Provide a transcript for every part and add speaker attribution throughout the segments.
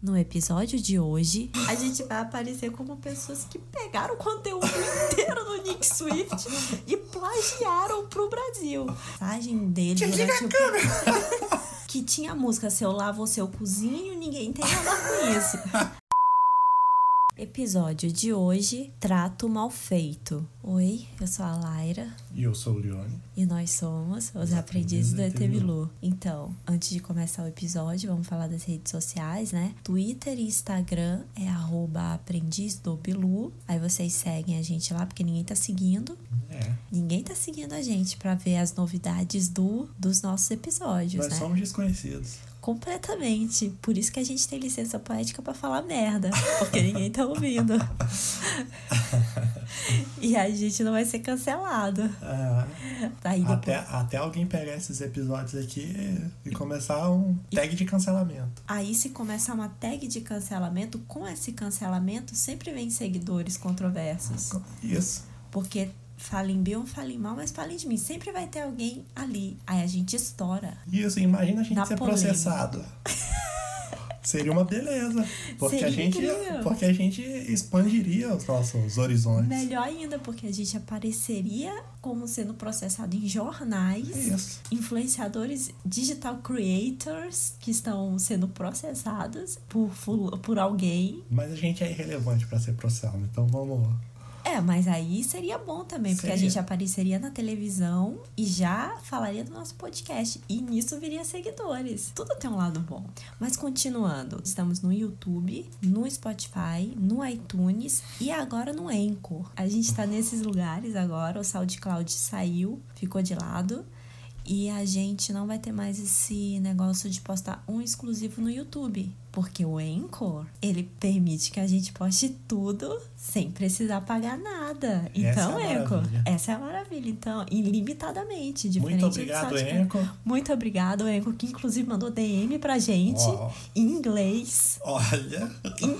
Speaker 1: No episódio de hoje, a gente vai aparecer como pessoas que pegaram o conteúdo inteiro do Nick Swift e plagiaram pro Brasil. A mensagem dele
Speaker 2: Tinha que
Speaker 1: durante o-
Speaker 2: ligar a câmera.
Speaker 1: que tinha a música Se eu lavo ou se eu cozinho, ninguém tem nada com isso. Episódio de hoje, Trato Mal Feito. Oi, eu sou a Laira.
Speaker 2: E eu sou o Leone.
Speaker 1: E nós somos os aprendizes do ET Bilu. Então, antes de começar o episódio, vamos falar das redes sociais, né? Twitter e Instagram é arroba aprendiz do Bilu. Aí vocês seguem a gente lá, porque ninguém tá seguindo.
Speaker 2: É.
Speaker 1: Ninguém tá seguindo a gente pra ver as novidades do dos nossos episódios,
Speaker 2: Nós
Speaker 1: né?
Speaker 2: somos desconhecidos.
Speaker 1: um Completamente. Por isso que a gente tem licença poética pra falar merda, porque ninguém tá ouvindo. e a gente não vai ser cancelado.
Speaker 2: Ah,
Speaker 1: Tá aí depois-
Speaker 2: até, até alguém pegar esses episódios aqui e começar um tag de cancelamento.
Speaker 1: Aí, se começar uma tag de cancelamento, com esse cancelamento sempre vem seguidores controversos.
Speaker 2: Isso.
Speaker 1: Porque falem bem ou falem mal, mas falem de mim. Sempre vai ter alguém ali. Aí a gente estoura.
Speaker 2: Isso, imagina a gente
Speaker 1: Dá
Speaker 2: ser
Speaker 1: polêmica.
Speaker 2: processado. Seria uma beleza. Porque a,
Speaker 1: Seria
Speaker 2: gente,
Speaker 1: incrível.
Speaker 2: porque a gente expandiria os nossos horizontes.
Speaker 1: Melhor ainda, porque a gente apareceria como sendo processado em
Speaker 2: É
Speaker 1: jornais.
Speaker 2: Isso.
Speaker 1: Influenciadores digital creators que estão sendo processados por, ful- por alguém.
Speaker 2: Mas a gente é irrelevante pra ser processado. Então vamos.
Speaker 1: É, mas aí seria bom também, porque a
Speaker 2: Seria.
Speaker 1: gente apareceria na televisão e já falaria do nosso podcast. E nisso viria seguidores. Tudo tem um lado bom. Mas continuando, estamos no YouTube, no Spotify, no iTunes e agora no Anchor. A gente tá nesses lugares agora, o SoundCloud saiu, ficou de lado. E a gente não vai ter mais esse negócio de postar um exclusivo no YouTube. Porque o Anchor, ele permite que a gente poste tudo sem precisar pagar nada.
Speaker 2: Essa é a
Speaker 1: Então, Anchor,
Speaker 2: maravilha.
Speaker 1: essa é a maravilha. Então, ilimitadamente, diferente
Speaker 2: Muito
Speaker 1: do
Speaker 2: obrigado,
Speaker 1: Spotify.
Speaker 2: Enco.
Speaker 1: Muito obrigado, Anchor, que inclusive mandou DM pra gente
Speaker 2: Uau.
Speaker 1: em inglês.
Speaker 2: Olha.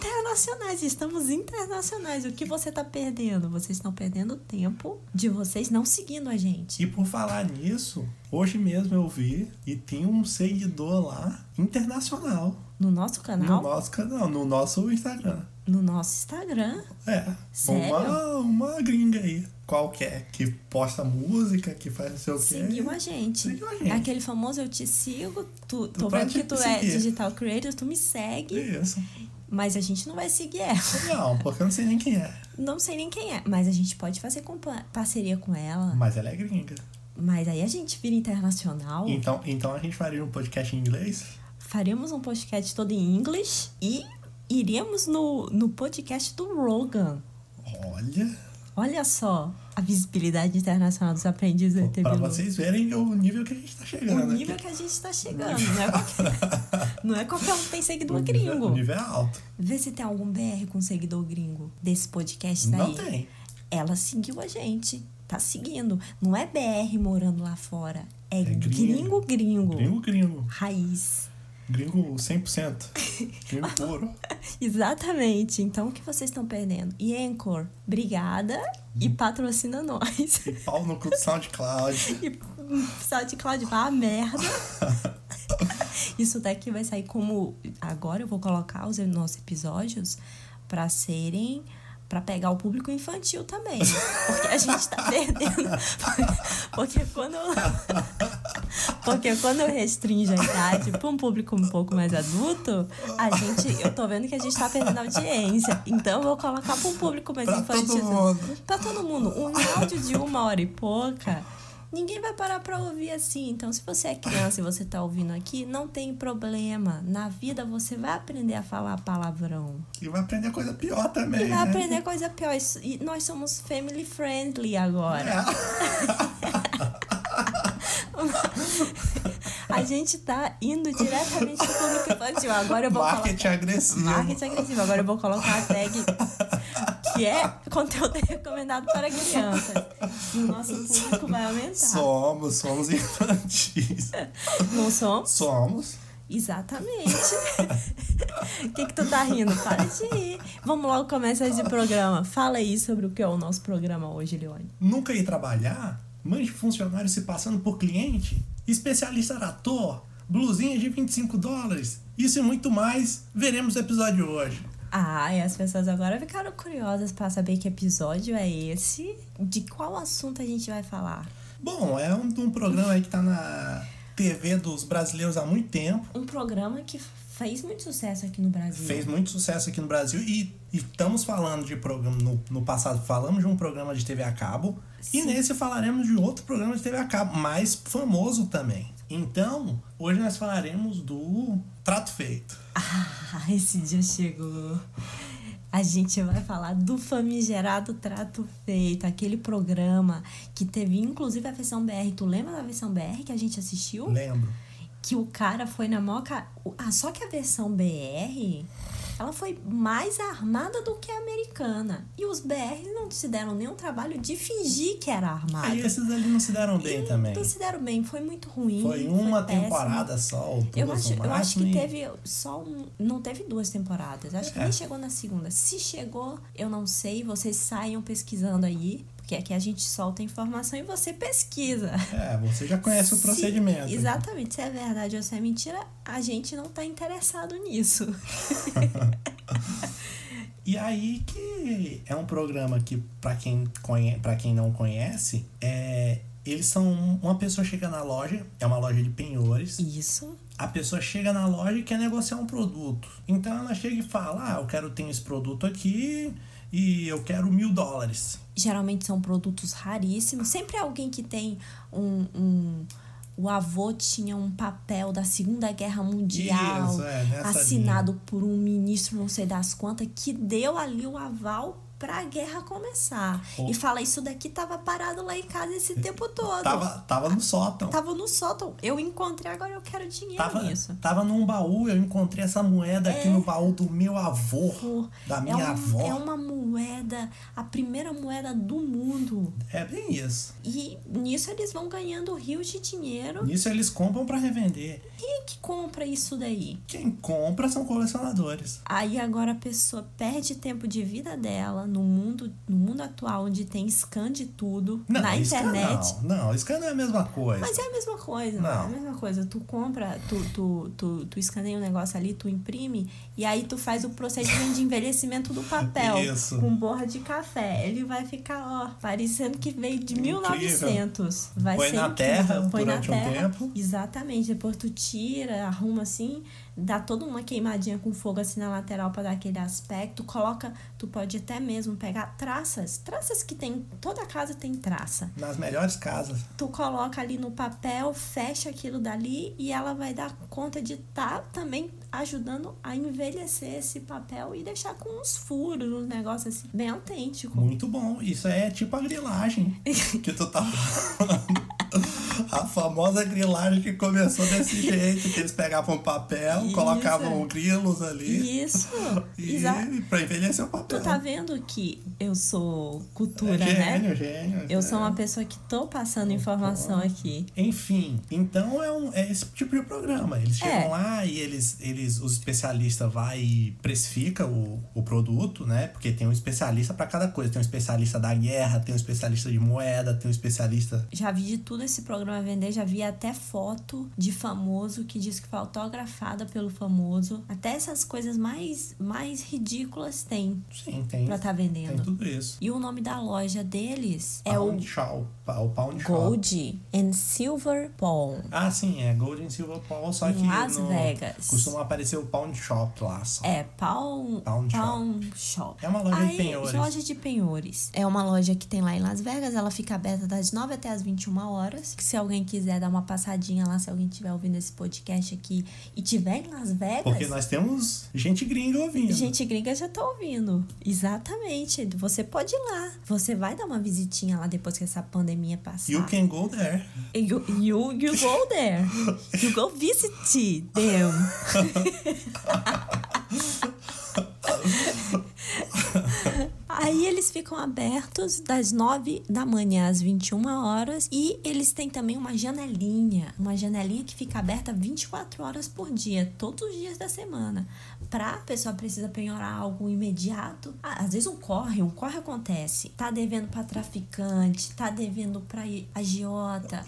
Speaker 1: Internacionais, estamos internacionais. O que você tá perdendo? Vocês estão perdendo tempo de vocês não seguindo a gente.
Speaker 2: E por falar nisso, hoje mesmo eu vi e tem um seguidor lá internacional
Speaker 1: No nosso
Speaker 2: no
Speaker 1: canal,
Speaker 2: nosso canal, no nosso Instagram.
Speaker 1: no nosso Instagram.
Speaker 2: É.
Speaker 1: Sério?
Speaker 2: Uma, uma gringa aí, qualquer, que posta música, que faz não sei o quê.
Speaker 1: Seguiu a gente.
Speaker 2: Seguiu a gente.
Speaker 1: Aquele famoso eu te sigo, tu, tô
Speaker 2: vai
Speaker 1: vendo
Speaker 2: te
Speaker 1: que tu é
Speaker 2: seguir.
Speaker 1: digital creator, tu me segue,
Speaker 2: Isso.
Speaker 1: mas a gente não vai seguir ela.
Speaker 2: Não, porque eu não sei nem quem é.
Speaker 1: Não sei nem quem é, mas a gente pode fazer compa- parceria com ela.
Speaker 2: Mas ela é gringa.
Speaker 1: Mas aí a gente vira internacional,
Speaker 2: Então, então a gente faria um podcast em inglês?
Speaker 1: faremos um podcast todo em inglês e iríamos no, no podcast do Rogan.
Speaker 2: Olha.
Speaker 1: Olha só a visibilidade internacional dos aprendizes da
Speaker 2: Pra
Speaker 1: TV Globo.
Speaker 2: vocês verem o nível que a gente tá
Speaker 1: O
Speaker 2: chegando.
Speaker 1: nível
Speaker 2: aqui.
Speaker 1: que a gente tá chegando, não é qualquer, não é qualquer um que tem seguidor
Speaker 2: O nível-
Speaker 1: gringo.
Speaker 2: O nível é alto.
Speaker 1: Vê se tem algum BR com seguidor gringo desse podcast daí.
Speaker 2: Não tem.
Speaker 1: Ela seguiu a gente. Tá seguindo. Não é BR morando lá fora. É,
Speaker 2: gringo.
Speaker 1: gringo, gringo
Speaker 2: Gringo, gringo.
Speaker 1: Raiz.
Speaker 2: Gringo 100%. Gringo puro.
Speaker 1: Exatamente. Então o que vocês estão perdendo? E Anchor, obrigada e patrocina nós.
Speaker 2: E pau no cu do SoundCloud.
Speaker 1: E hum, SoundCloud vá a Ah, merda. Isso daqui vai sair como. Agora eu vou colocar os nossos episódios pra serem. Pra pegar o público infantil também. Porque a gente tá perdendo. Porque quando. Porque quando eu restringo a idade pra um público um pouco mais adulto, a gente. Eu tô vendo que a gente tá perdendo audiência. Então eu vou colocar pra um público mais
Speaker 2: Pra
Speaker 1: infantil.
Speaker 2: Tá todo mundo.
Speaker 1: Pra todo mundo. Um áudio de uma hora e pouca. Ninguém vai parar pra ouvir assim. Então, se você é criança e você tá ouvindo aqui, não tem problema. Na vida você vai aprender a falar palavrão.
Speaker 2: E vai aprender coisa pior também.
Speaker 1: E vai
Speaker 2: né?
Speaker 1: aprender coisa pior. Isso- E nós somos family friendly agora.
Speaker 2: É.
Speaker 1: A gente tá indo diretamente pro público infantil. Agora eu vou falar.
Speaker 2: Marketing agressivo.
Speaker 1: Marketing agressivo. Agora eu vou colocar a tag que é conteúdo recomendado para crianças. E o nosso público vai aumentar.
Speaker 2: Somos, somos infantis.
Speaker 1: Não somos?
Speaker 2: Somos.
Speaker 1: Exatamente. O que, que tu tá rindo? Para de rir. Vamos logo começar esse programa. Fala aí sobre o que é o nosso programa hoje, Leone.
Speaker 2: Nunca ir trabalhar? Mãe de funcionário se passando por cliente? Especialista era ator? Blusinha de 25 dólares? Isso e muito mais, veremos no episódio de hoje.
Speaker 1: Ah, e as pessoas agora ficaram curiosas pra saber que episódio é esse, de qual assunto a gente vai falar.
Speaker 2: Bom, é um, um programa aí que tá na TV dos brasileiros há muito tempo.
Speaker 1: Um programa que fez muito sucesso aqui no Brasil.
Speaker 2: Fez muito sucesso aqui no Brasil e, e estamos falando de programa. No, no passado falamos de um programa de TV a cabo. E
Speaker 1: Sim.
Speaker 2: nesse falaremos de outro programa de TV a cabo, mais famoso também. Então, hoje nós falaremos do Trato Feito.
Speaker 1: Ah, esse dia chegou. A gente vai falar do famigerado Trato Feito, aquele programa que teve inclusive a versão BR. Tu lembra da versão BR que a gente assistiu?
Speaker 2: Lembro.
Speaker 1: Que o cara foi na moca. Ah, só que a versão BR, ela foi mais armada do que a americana. E os BRs não se deram nenhum trabalho de fingir que era armado.
Speaker 2: Aí esses ali não se deram bem também.
Speaker 1: Não se deram bem, tá foi muito ruim.
Speaker 2: Foi uma
Speaker 1: péssimo.
Speaker 2: temporada só, ou duas
Speaker 1: Eu acho,
Speaker 2: no
Speaker 1: eu acho
Speaker 2: máximo,
Speaker 1: que
Speaker 2: e-
Speaker 1: teve só um. Não teve duas temporadas. Acho que
Speaker 2: É.
Speaker 1: nem chegou na segunda. Se chegou, eu não sei. Vocês saiam pesquisando aí. Porque aqui a gente solta a informação e você pesquisa.
Speaker 2: É, você já conhece o
Speaker 1: Se-
Speaker 2: procedimento. né?
Speaker 1: exatamente. Se é verdade ou se é mentira, a gente não tá interessado nisso.
Speaker 2: E aí que é um programa que, pra quem, conhe... pra quem não conhece, é... eles são... Uma pessoa chega na loja, é uma loja de penhores,
Speaker 1: Isso.
Speaker 2: a pessoa chega na loja e quer negociar um produto. Então ela chega e fala, ah, eu quero ter esse produto aqui e eu quero mil dólares.
Speaker 1: geralmente são produtos raríssimos. Sempre alguém que tem um. um- o avô tinha um papel da Segunda Guerra Mundial
Speaker 2: Isso, é, nessa
Speaker 1: assinado por um ministro não sei das quantas que deu ali o aval pra guerra começar.
Speaker 2: Pô. É,
Speaker 1: E fala, isso daqui tava parado lá em casa esse tempo todo. Tá
Speaker 2: Tava, tava no sótão.
Speaker 1: Tava no sótão. Eu encontrei, agora eu quero dinheiro
Speaker 2: Tava,
Speaker 1: nisso.
Speaker 2: tava num baú, eu encontrei essa moeda aqui no baú do meu avô,
Speaker 1: É. Pô,
Speaker 2: da
Speaker 1: é,
Speaker 2: minha
Speaker 1: uma-
Speaker 2: avó.
Speaker 1: é uma moeda, a primeira moeda do mundo.
Speaker 2: É bem isso.
Speaker 1: E nisso eles vão ganhando rios de dinheiro.
Speaker 2: Isso eles compram pra revender.
Speaker 1: Quem é que compra isso daí?
Speaker 2: Quem compra são colecionadores.
Speaker 1: Aí agora a pessoa perde tempo de vida dela no mundo, no mundo atual onde tem scan de tudo na
Speaker 2: isso que
Speaker 1: internet.
Speaker 2: Não, não, Scan não é a mesma coisa.
Speaker 1: Mas é a mesma coisa,
Speaker 2: Não.
Speaker 1: é a mesma coisa. Tu compra, tu, tu, tu, tu escaneia um negócio ali, tu imprime, e aí tu faz o procedimento de envelhecimento do papel
Speaker 2: Isso.
Speaker 1: com borra de café. Ele vai ficar, ó, parecendo que veio de
Speaker 2: Incrível.
Speaker 1: 1900. Vai
Speaker 2: Põe
Speaker 1: ser
Speaker 2: na
Speaker 1: incrível.
Speaker 2: terra
Speaker 1: Põe
Speaker 2: durante um
Speaker 1: na terra.
Speaker 2: tempo.
Speaker 1: Exatamente. Depois tu tira, arruma assim, dá toda uma queimadinha com fogo assim na lateral pra dar aquele aspecto. Coloca, tu pode até mesmo pegar traças, traças que tem, toda casa tem traça
Speaker 2: Nas melhores casas.
Speaker 1: tu coloca ali no papel, fecha aquilo dali e ela vai dar conta de estar também ajudando a envelhecer esse papel e deixar com uns furos, um negócio assim, bem autêntico.
Speaker 2: Muito bom. Isso é tipo a grilagem que tu tá falando. A famosa grilagem que começou desse jeito, que eles pegavam um papel,
Speaker 1: Isso.
Speaker 2: colocavam grilos ali
Speaker 1: Isso!
Speaker 2: e,
Speaker 1: Exa-
Speaker 2: pra envelhecer o papel.
Speaker 1: Tu tá vendo que eu sou
Speaker 2: É
Speaker 1: cultura, né?
Speaker 2: gênio, gênio.
Speaker 1: Eu sou
Speaker 2: é.
Speaker 1: uma pessoa que tô passando informação aqui.
Speaker 2: Enfim, então é, um, é esse tipo de programa. Eles chegam
Speaker 1: É.
Speaker 2: lá e eles, eles os especialistas vai e precifica o, o produto, né? Porque tem um especialista pra cada coisa. Tem um especialista da guerra, tem um especialista de moeda, tem um especialista.
Speaker 1: Já vi de tudo esse programa vender, já vi até foto de famoso que diz que foi autografada pelo famoso. Até essas coisas mais, mais ridículas tem
Speaker 2: Sim, tem.
Speaker 1: pra tá
Speaker 2: Tem
Speaker 1: vendendo.
Speaker 2: tudo isso.
Speaker 1: E o nome da loja deles é o
Speaker 2: Pound Shaw, pa- o Pound Shaw.
Speaker 1: Gold and Silver Pawn.
Speaker 2: Ah, sim, é Gold and Silver Paul, só
Speaker 1: Em
Speaker 2: que
Speaker 1: Las
Speaker 2: no-
Speaker 1: Vegas.
Speaker 2: costuma aparecer o Pound Shop lá só.
Speaker 1: É, Pawn,
Speaker 2: Pawn
Speaker 1: Pawn Shop.
Speaker 2: É uma loja de
Speaker 1: Aí,
Speaker 2: penhores.
Speaker 1: loja de penhores. É uma loja que tem lá em Las Vegas. Ela fica aberta das 9 até as 21 horas. Que se alguém quiser dar uma passadinha lá, se alguém estiver ouvindo esse podcast aqui e tiver em Las Vegas...
Speaker 2: Porque nós temos gente gringa ouvindo.
Speaker 1: Gente gringa já tá ouvindo. Exatamente. Você pode ir lá. Você vai dar uma visitinha lá depois que essa pandemia passar.
Speaker 2: You can go there.
Speaker 1: You, you, you go there. You go visit them. Aí eles ficam abertos das 9 da manhã às 21 horas e eles têm também uma janelinha, uma janelinha que fica aberta 24 horas por dia, todos os dias da semana. Pra pessoa precisa penhorar algo imediato. Ah, às vezes um corre, um corre acontece. Tá devendo pra traficante, tá devendo pra agiota.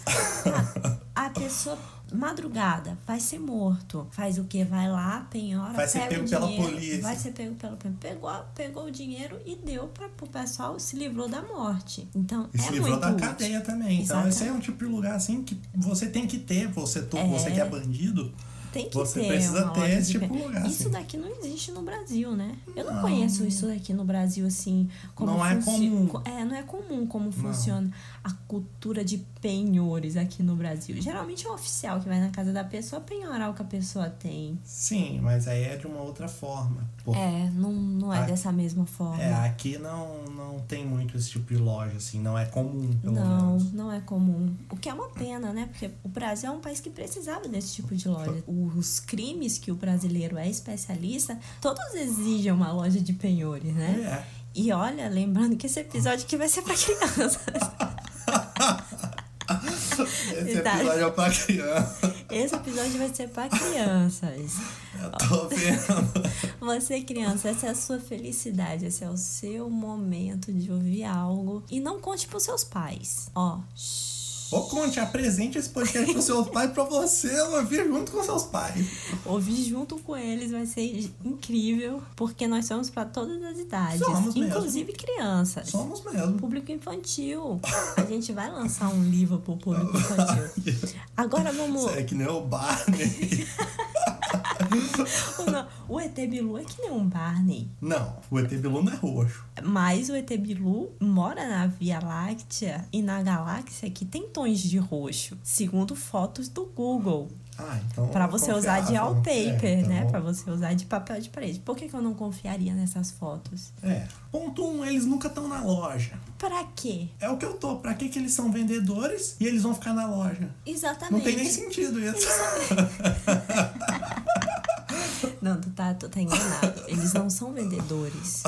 Speaker 1: Ah, a pessoa Madrugada, vai ser morto. Faz o que? Vai lá, penhora,
Speaker 2: Vai ser
Speaker 1: pega o
Speaker 2: pego pela
Speaker 1: dinheiro,
Speaker 2: polícia.
Speaker 1: Vai ser pego pela polícia. Pegou, pegou o dinheiro e deu para o pessoal, se livrou da morte. Então,
Speaker 2: E
Speaker 1: é
Speaker 2: se livrou
Speaker 1: muito
Speaker 2: da
Speaker 1: útil.
Speaker 2: cadeia também. Então,
Speaker 1: Exatamente.
Speaker 2: esse é um tipo de lugar assim que você tem que ter. Você, to- você que é bandido,
Speaker 1: Tem que
Speaker 2: você
Speaker 1: ter
Speaker 2: precisa
Speaker 1: uma
Speaker 2: ter
Speaker 1: loja
Speaker 2: esse
Speaker 1: de
Speaker 2: tipo
Speaker 1: pe-
Speaker 2: de lugar.
Speaker 1: Isso
Speaker 2: assim.
Speaker 1: daqui não existe no Brasil, né? Eu não, conheço isso daqui no Brasil, assim, como
Speaker 2: Não é
Speaker 1: funci-
Speaker 2: comum.
Speaker 1: co- É, não é comum como funciona a cultura de penhores aqui no Brasil. Geralmente é o oficial que vai na casa da pessoa penhorar o que a pessoa tem.
Speaker 2: Sim, mas aí é de uma outra forma. Pô,
Speaker 1: É, não, não é
Speaker 2: Aqui-
Speaker 1: dessa mesma forma.
Speaker 2: é, aqui não, não tem muito esse tipo de loja, assim, não é comum, pelo
Speaker 1: Não,
Speaker 2: menos.
Speaker 1: não é comum. O que é uma pena, né? Porque o Brasil é um país que precisava desse tipo de loja. Os crimes que o brasileiro é especialista, todos exigem uma loja de penhores, né?
Speaker 2: É.
Speaker 1: E olha, lembrando que esse episódio aqui vai ser pra criança.
Speaker 2: Esse
Speaker 1: Verdade.
Speaker 2: episódio é pra criança.
Speaker 1: Esse episódio vai ser pra crianças.
Speaker 2: Eu tô vendo.
Speaker 1: Você, criança, essa é a sua felicidade, esse é o seu momento de ouvir algo. E não conte pros seus pais. Ó, shh.
Speaker 2: Ô, Conte, apresente esse podcast pro seu pai pra você ouvir junto com seus pais.
Speaker 1: Ouvir junto com eles vai ser incrível, porque nós somos pra todas as idades,
Speaker 2: Somos mesmo.
Speaker 1: inclusive crianças.
Speaker 2: Somos mesmo.
Speaker 1: Público infantil. A gente vai lançar um livro pro público infantil. Agora vamos.
Speaker 2: Você é que nem o Barney.
Speaker 1: Não, O ET Bilu é que nem um Barney.
Speaker 2: Não, o ET Bilu não é roxo.
Speaker 1: Mas o ET Bilu mora na Via Láctea e na galáxia que tem tons de roxo, segundo fotos do Google,
Speaker 2: Ah, então.
Speaker 1: Pra
Speaker 2: é
Speaker 1: você usar de
Speaker 2: confiável.
Speaker 1: wallpaper,
Speaker 2: É, então,
Speaker 1: né? Pra você usar de papel de parede. Por que, que eu não confiaria nessas fotos?
Speaker 2: É. Ponto um, eles nunca estão na loja.
Speaker 1: Pra quê?
Speaker 2: É o que eu tô. Pra que, que eles são vendedores e eles vão ficar na loja?
Speaker 1: Exatamente.
Speaker 2: Não tem nem sentido isso.
Speaker 1: Não, tu tá, tu tá enganado. Eles não são vendedores.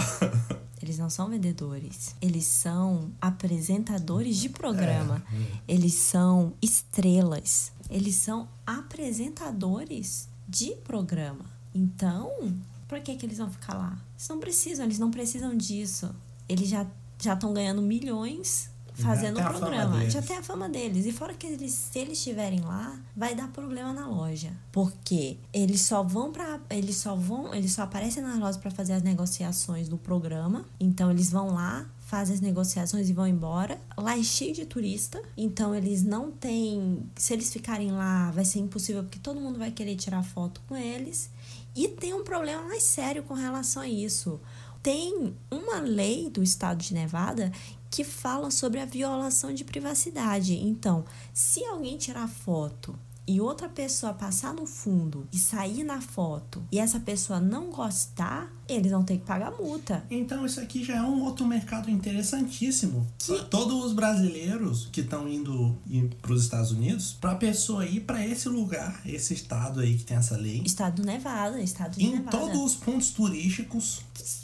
Speaker 1: Eles não são vendedores. Eles são apresentadores de programa.
Speaker 2: É, hum.
Speaker 1: Eles são estrelas. Eles são apresentadores de programa. Então, pra que que eles vão ficar lá? Eles não precisam, eles não precisam disso. Eles já já estão ganhando milhões
Speaker 2: Já
Speaker 1: fazendo
Speaker 2: tem
Speaker 1: o
Speaker 2: a fama
Speaker 1: programa. Já
Speaker 2: deles.
Speaker 1: tem a fama deles. E fora que eles, se eles estiverem lá, vai dar problema na loja. Porque eles só vão pra. Eles só vão. Eles só aparecem na loja pra fazer as negociações do programa. Então eles vão lá. Fazem as negociações e vão embora. Lá é cheio de turista, então eles não têm. Se eles ficarem lá, vai ser impossível, porque todo mundo vai querer tirar foto com eles. E tem um problema mais sério com relação a isso. Tem uma lei do estado de Nevada que fala sobre a violação de privacidade. Então, se alguém tirar foto e outra pessoa passar no fundo e sair na foto e essa pessoa não gostar, eles vão ter que pagar multa.
Speaker 2: Então isso aqui já é um outro mercado interessantíssimo. Todos os brasileiros que estão indo para os Estados Unidos, para a pessoa ir para esse lugar, esse estado aí que tem essa lei,
Speaker 1: Estado do Nevada, estado de
Speaker 2: em
Speaker 1: Nevada.
Speaker 2: todos os pontos turísticos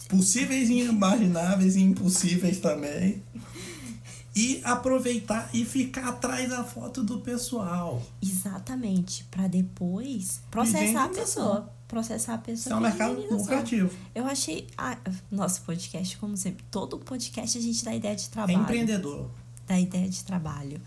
Speaker 2: possíveis e imagináveis e impossíveis também. E aproveitar e ficar atrás da foto do pessoal.
Speaker 1: Exatamente, para depois processar a
Speaker 2: Higienização.
Speaker 1: pessoa, processar a pessoa.
Speaker 2: Isso é um
Speaker 1: por
Speaker 2: mercado
Speaker 1: higienização.
Speaker 2: lucrativo. É
Speaker 1: Eu achei. Ah, nosso podcast, como sempre, todo podcast a gente dá ideia de
Speaker 2: É
Speaker 1: trabalho.
Speaker 2: empreendedor.
Speaker 1: Da ideia de trabalho.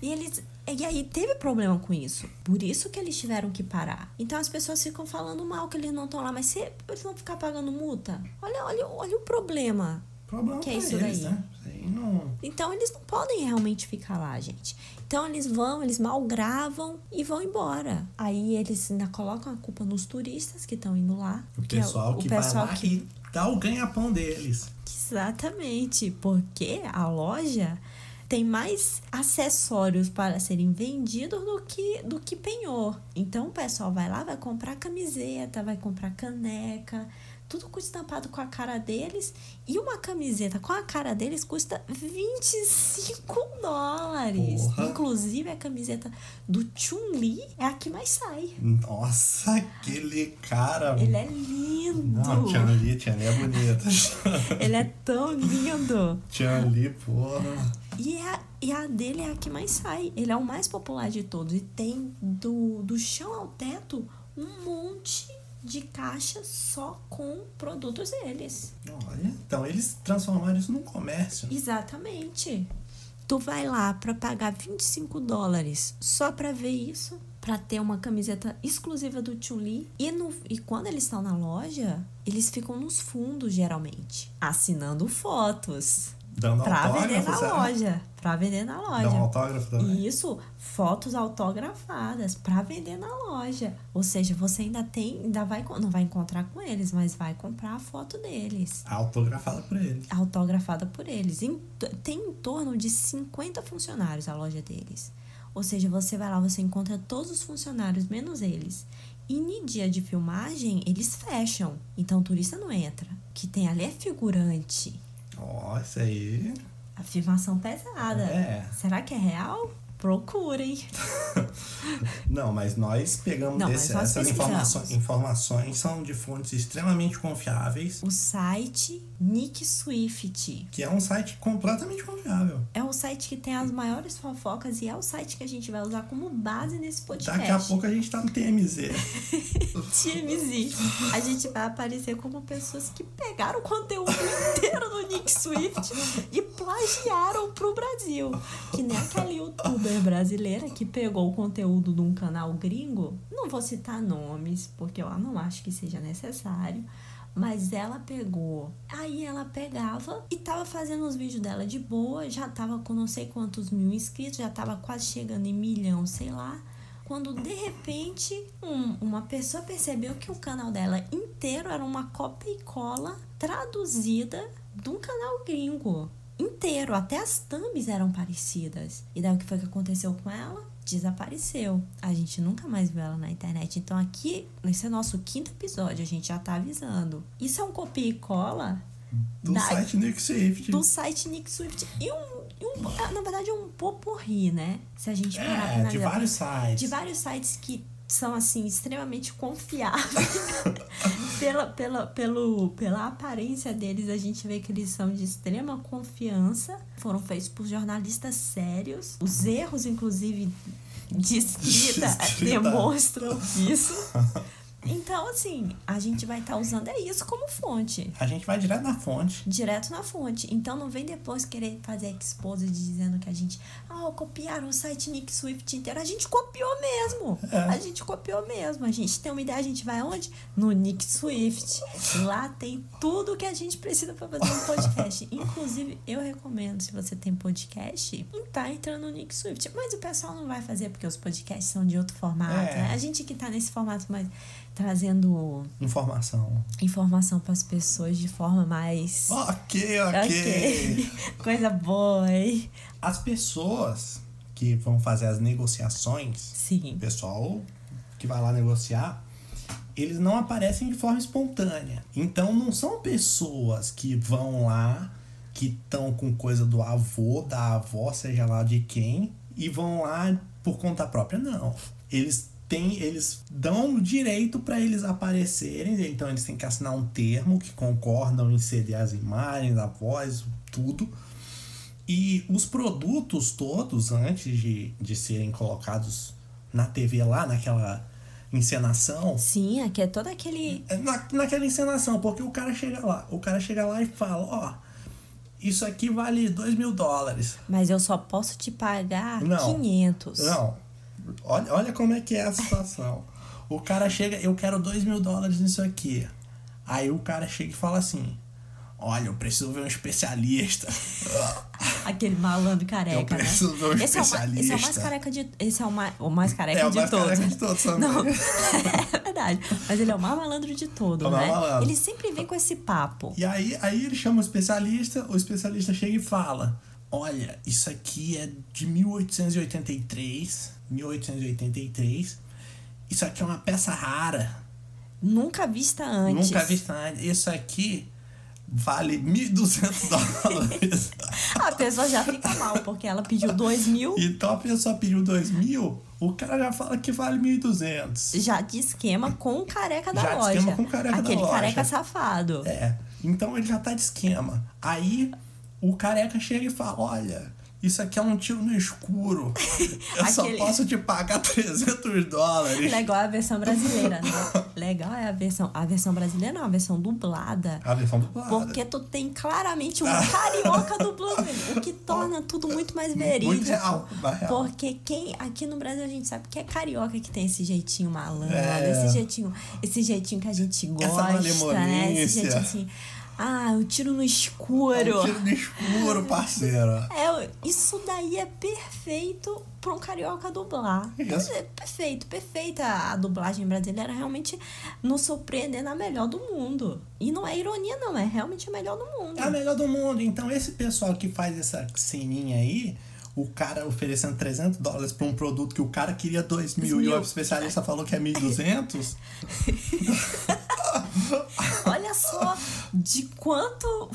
Speaker 1: E eles. E aí teve problema com isso. Por isso que eles tiveram que parar. Então as pessoas ficam falando mal que eles não estão lá, mas se eles vão ficar pagando multa, olha, olha, olha o problema.
Speaker 2: Problema
Speaker 1: Que é
Speaker 2: pra
Speaker 1: isso
Speaker 2: eles,
Speaker 1: daí?
Speaker 2: né? Isso aí não.
Speaker 1: Então eles não podem realmente ficar lá, gente. Então eles vão, eles malgravam e vão embora. Aí eles ainda colocam a culpa nos turistas que estão indo lá.
Speaker 2: O
Speaker 1: que é
Speaker 2: pessoal que,
Speaker 1: pessoal
Speaker 2: vai lá e dá o ganha-pão deles.
Speaker 1: Exatamente, porque a loja tem mais acessórios para serem vendidos do que do que penhor. Então o pessoal vai lá, vai comprar camiseta, vai comprar caneca, tudo com estampado com a cara deles. E uma camiseta com a cara deles custa 25 dólares.
Speaker 2: Porra.
Speaker 1: Inclusive a camiseta do Chun-Li é a que mais sai.
Speaker 2: Nossa, aquele cara.
Speaker 1: Ele é lindo.
Speaker 2: Hum. Não, Tianli, Tianli é bonita.
Speaker 1: Ele é tão lindo.
Speaker 2: Tianli, porra.
Speaker 1: E a, e a dele é a que mais sai. Ele é o mais popular de todos. E tem do, do chão ao teto um monte de caixa só com produtos deles.
Speaker 2: Olha, então eles transformaram isso num comércio.
Speaker 1: Exatamente. Tu vai lá pra pagar 25 dólares só pra ver isso. para ter uma camiseta exclusiva do Tchuli. E, no, e quando eles estão na loja, eles ficam nos fundos, geralmente, assinando fotos.
Speaker 2: Dando
Speaker 1: Pra vender na
Speaker 2: autógrafo, sabe?
Speaker 1: loja. Pra vender na loja.
Speaker 2: Dando autógrafo também.
Speaker 1: E Isso, fotos autografadas pra vender na loja. Ou seja, você ainda tem, ainda vai, não vai encontrar com eles, mas vai comprar a foto deles.
Speaker 2: Autografada por ele.
Speaker 1: Autografada por eles. Em t- tem em torno de 50 funcionários a loja deles. Ou seja, você vai lá, você encontra todos os funcionários, menos eles. E em dia de filmagem, eles fecham. Então o turista não entra. O que tem ali é figurante.
Speaker 2: Ó, isso aí.
Speaker 1: Afirmação pesada.
Speaker 2: É.
Speaker 1: Será que é real? Procurem.
Speaker 2: Não, mas nós pegamos
Speaker 1: Não,
Speaker 2: desse-
Speaker 1: mas nós
Speaker 2: essas
Speaker 1: pesquisamos.
Speaker 2: informações, informações são de fontes extremamente confiáveis,
Speaker 1: o site Nick Swift.
Speaker 2: que é um site completamente confiável.
Speaker 1: É o site que tem as maiores fofocas e é o site que a gente vai usar como base nesse podcast.
Speaker 2: Daqui a pouco a gente tá no TMZ.
Speaker 1: TMZ. A gente vai aparecer como pessoas que pegaram o conteúdo inteiro do Nick Swift e plagiaram pro Brasil. Que nem aquela youtuber brasileira que pegou o conteúdo de um canal gringo. Não vou citar nomes, porque eu não acho que seja necessário. Mas ela pegou. Aí ela pegava e tava fazendo os vídeos dela de boa, já tava com não sei quantos mil inscritos, já tava quase chegando em milhão, sei lá. Quando de repente um- uma pessoa percebeu que o canal dela inteiro era uma cópia e cola traduzida de um canal gringo. Inteiro, até as thumbs eram parecidas. E daí o que foi que aconteceu com ela? Desapareceu. A gente nunca mais viu ela na internet. Então aqui, esse é o nosso quinto episódio, a gente já tá avisando. Isso é um copia e cola
Speaker 2: Do
Speaker 1: Da-
Speaker 2: site Nick Swift.
Speaker 1: do site Nick Swift. E um, e um- na verdade é um poporri, né? Se a gente parar pra
Speaker 2: É, de
Speaker 1: analisar
Speaker 2: vários sites.
Speaker 1: né, de vários sites que são assim extremamente confiáveis pela, pela, pelo, pela aparência deles a gente vê que eles são de extrema confiança foram feitos por jornalistas sérios os erros inclusive de escrita
Speaker 2: De escrita.
Speaker 1: demonstram isso então assim a gente vai estar usando é isso como fonte
Speaker 2: A gente vai direto na fonte.
Speaker 1: direto na fonte. Então não vem depois querer fazer expose dizendo que a gente, ah, copiaram o site Nick Swift inteiro. A gente copiou mesmo.
Speaker 2: É.
Speaker 1: A gente copiou mesmo. A gente tem uma ideia, a gente vai aonde? No Nick Swift. Lá tem tudo que a gente precisa pra fazer um podcast. Inclusive, eu recomendo, se você tem podcast, tá entrando no Nick Swift. Mas o pessoal não vai fazer porque os podcasts são de outro formato,
Speaker 2: É.
Speaker 1: né? A gente que tá nesse formato mais trazendo
Speaker 2: Informação.
Speaker 1: informação pras pessoas de forma mais
Speaker 2: Ok, ok.
Speaker 1: Ok. Coisa boa, hein?
Speaker 2: As pessoas que vão fazer as negociações, o
Speaker 1: Sim.
Speaker 2: pessoal que vai lá negociar, eles não aparecem de forma espontânea. Então não são pessoas que vão lá, que estão com coisa do avô, da avó, seja lá de quem, e vão lá por conta própria, não. Eles têm, eles dão o direito para eles aparecerem, então eles têm que assinar um termo que concordam em ceder as imagens, a voz, tudo. E os produtos todos, antes de, de serem colocados na TV lá, naquela encenação,
Speaker 1: Sim, aqui é todo aquele.
Speaker 2: é na, naquela encenação, porque o cara chega lá, o cara chega lá e fala, ó, isso aqui vale 2 mil dólares.
Speaker 1: Mas eu só posso te pagar
Speaker 2: Não.
Speaker 1: 500.
Speaker 2: Não, olha, olha como é que é a situação. O cara chega, eu quero 2 mil dólares nisso aqui. Aí o cara chega e fala assim, olha, eu preciso ver um especialista.
Speaker 1: Aquele malandro careca, né?
Speaker 2: preciso de um
Speaker 1: esse, é o ma- esse é o mais
Speaker 2: especialista.
Speaker 1: careca de. Esse é o, ma, o mais careca
Speaker 2: é o
Speaker 1: de
Speaker 2: mais
Speaker 1: todos.
Speaker 2: careca de todos também.
Speaker 1: Não, é verdade. Mas ele é o mais malandro de todo,
Speaker 2: É o mais
Speaker 1: né?
Speaker 2: malandro.
Speaker 1: Ele sempre vem com esse papo.
Speaker 2: E aí, aí ele chama o especialista, o especialista chega e fala: Olha, isso aqui é de 1883, 1883. Isso aqui é uma peça rara,
Speaker 1: Nunca vista antes.
Speaker 2: nunca vista antes. Isso aqui vale 1.200 dólares.
Speaker 1: A pessoa já fica mal, porque ela pediu 2 mil.
Speaker 2: então a pessoa pediu 2.000, o cara já fala que vale 1.200.
Speaker 1: Já de esquema com o careca da
Speaker 2: Já de
Speaker 1: loja.
Speaker 2: esquema com o careca da
Speaker 1: Aquele
Speaker 2: loja.
Speaker 1: careca safado.
Speaker 2: É, então ele já tá de esquema. Aí o careca chega e fala: Olha, Isso aqui é um tiro no escuro. Eu só
Speaker 1: Aquele-
Speaker 2: posso te pagar 300 dólares.
Speaker 1: Legal é a versão brasileira, né? Legal é a versão. A versão brasileira não, a versão dublada.
Speaker 2: A versão dublada.
Speaker 1: Porque tu tem claramente um carioca dublando ele, o que torna tudo muito mais verídico.
Speaker 2: Ah. Muito real, na real.
Speaker 1: Porque quem aqui no Brasil a gente sabe que é carioca que tem esse jeitinho malandro,
Speaker 2: É.
Speaker 1: esse jeitinho, esse jeitinho que a gente gosta, né? Esse
Speaker 2: malemolência.
Speaker 1: jeitinho assim, ah, eu tiro no escuro.
Speaker 2: É um tiro no escuro, parceiro.
Speaker 1: É, isso daí é perfeito pra um carioca dublar.
Speaker 2: Isso.
Speaker 1: Quer dizer, Perfeito, perfeita a dublagem brasileira realmente nos surpreendendo a melhor do mundo. E não é ironia, não, é realmente a melhor do mundo.
Speaker 2: É a melhor do mundo. Então, esse pessoal que faz essa ceninha aí, o cara oferecendo 300 dólares pra um produto que o cara queria 2 mil, e
Speaker 1: Mil.
Speaker 2: o especialista falou que é 1.200,
Speaker 1: Olha só de quanto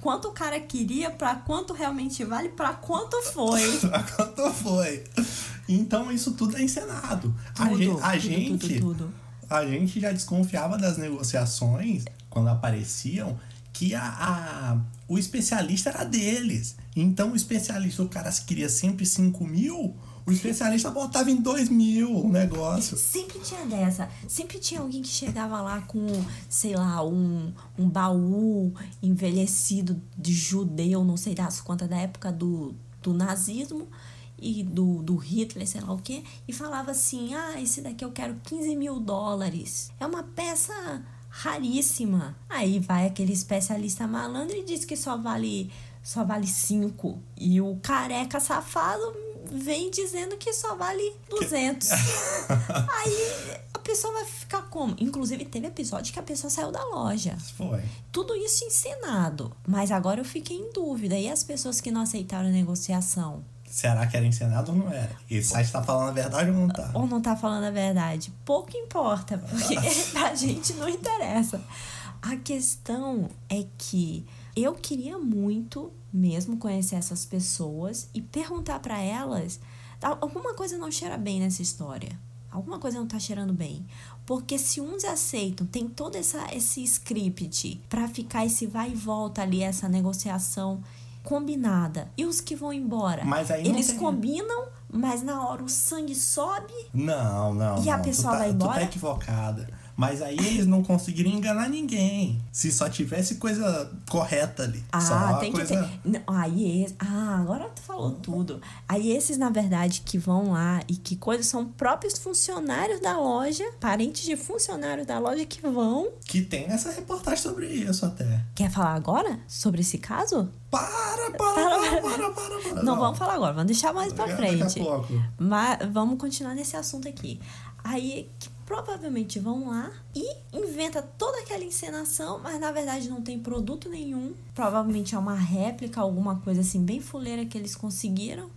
Speaker 1: quanto o cara queria, pra quanto realmente vale, pra quanto foi.
Speaker 2: quanto foi? Então, isso tudo é encenado. a
Speaker 1: Tudo,
Speaker 2: gente, a
Speaker 1: tudo,
Speaker 2: gente
Speaker 1: tudo, tudo.
Speaker 2: a gente já desconfiava das negociações quando apareciam que a, a- o especialista era deles. Então o especialista, o cara queria sempre 5 mil, o especialista botava em 2 mil o negócio.
Speaker 1: Sempre tinha dessa. Sempre tinha alguém que chegava lá com, sei lá, um, um baú envelhecido de judeu, não sei das quantas, da época do, do nazismo e do, do Hitler, sei lá o quê, e falava assim: ah, esse daqui eu quero 15 mil dólares. É uma peça raríssima. Aí vai aquele especialista malandro e diz que só vale. Só vale 5. E o careca safado vem dizendo que só vale 200. Aí a pessoa vai ficar como? Inclusive, teve episódio que a pessoa saiu da loja.
Speaker 2: Foi.
Speaker 1: Tudo isso encenado. Mas agora eu fiquei em dúvida. E as pessoas que não aceitaram a negociação?
Speaker 2: Será que era encenado ou não era? Esse site tá falando a verdade ou não tá?
Speaker 1: Ou não tá falando a verdade? Pouco importa, porque a gente não interessa. A questão é que eu queria muito mesmo conhecer essas pessoas e perguntar pra elas: "Al- alguma coisa não cheira bem nessa história? Alguma coisa não tá cheirando bem? Porque se uns aceitam, tem todo essa, esse script pra ficar esse vai e volta ali, essa negociação combinada. E os que vão embora?
Speaker 2: Mas aí não
Speaker 1: Eles
Speaker 2: tem- né?
Speaker 1: combinam, mas na hora o sangue sobe.
Speaker 2: Não, não.
Speaker 1: E a
Speaker 2: não.
Speaker 1: pessoa
Speaker 2: tu tá,
Speaker 1: vai
Speaker 2: Tu
Speaker 1: embora?
Speaker 2: tá equivocada. Mas aí eles não conseguiram enganar ninguém. Se só tivesse coisa correta ali. só
Speaker 1: Ah,
Speaker 2: a
Speaker 1: tem
Speaker 2: coisa...
Speaker 1: que ter. Não, Aí, es- ah, agora tu falou tudo. Aí esses, na verdade, que vão lá e que coisas são próprios funcionários da loja, parentes de funcionários da loja que vão.
Speaker 2: que tem essa reportagem sobre isso até.
Speaker 1: Quer falar agora sobre esse caso?
Speaker 2: Para, para, para, para, para, para.
Speaker 1: Não, vamos falar agora, vamos deixar mais pra
Speaker 2: Daqui a-
Speaker 1: frente.
Speaker 2: Daqui a pouco.
Speaker 1: Mas vamos continuar nesse assunto aqui. Aí que provavelmente vão lá e inventa toda aquela encenação, mas na verdade não tem produto nenhum. Provavelmente é uma réplica, alguma coisa assim bem fuleira que eles conseguiram.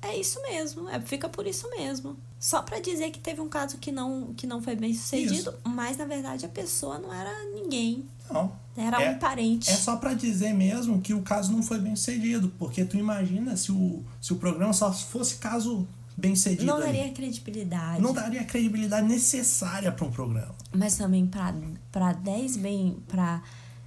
Speaker 1: É isso mesmo, é, fica por isso mesmo. Só pra dizer que teve um caso que não, que não foi bem sucedido, mas na verdade a pessoa não era ninguém,
Speaker 2: Não.
Speaker 1: era
Speaker 2: É-
Speaker 1: um parente.
Speaker 2: É só pra dizer mesmo que o caso não foi bem sucedido, porque tu imagina se o, se o programa só fosse caso bem sucedido.
Speaker 1: não
Speaker 2: ali.
Speaker 1: daria credibilidade.
Speaker 2: Não daria a credibilidade necessária pra um programa.
Speaker 1: Mas também pra pra 10 bem, pra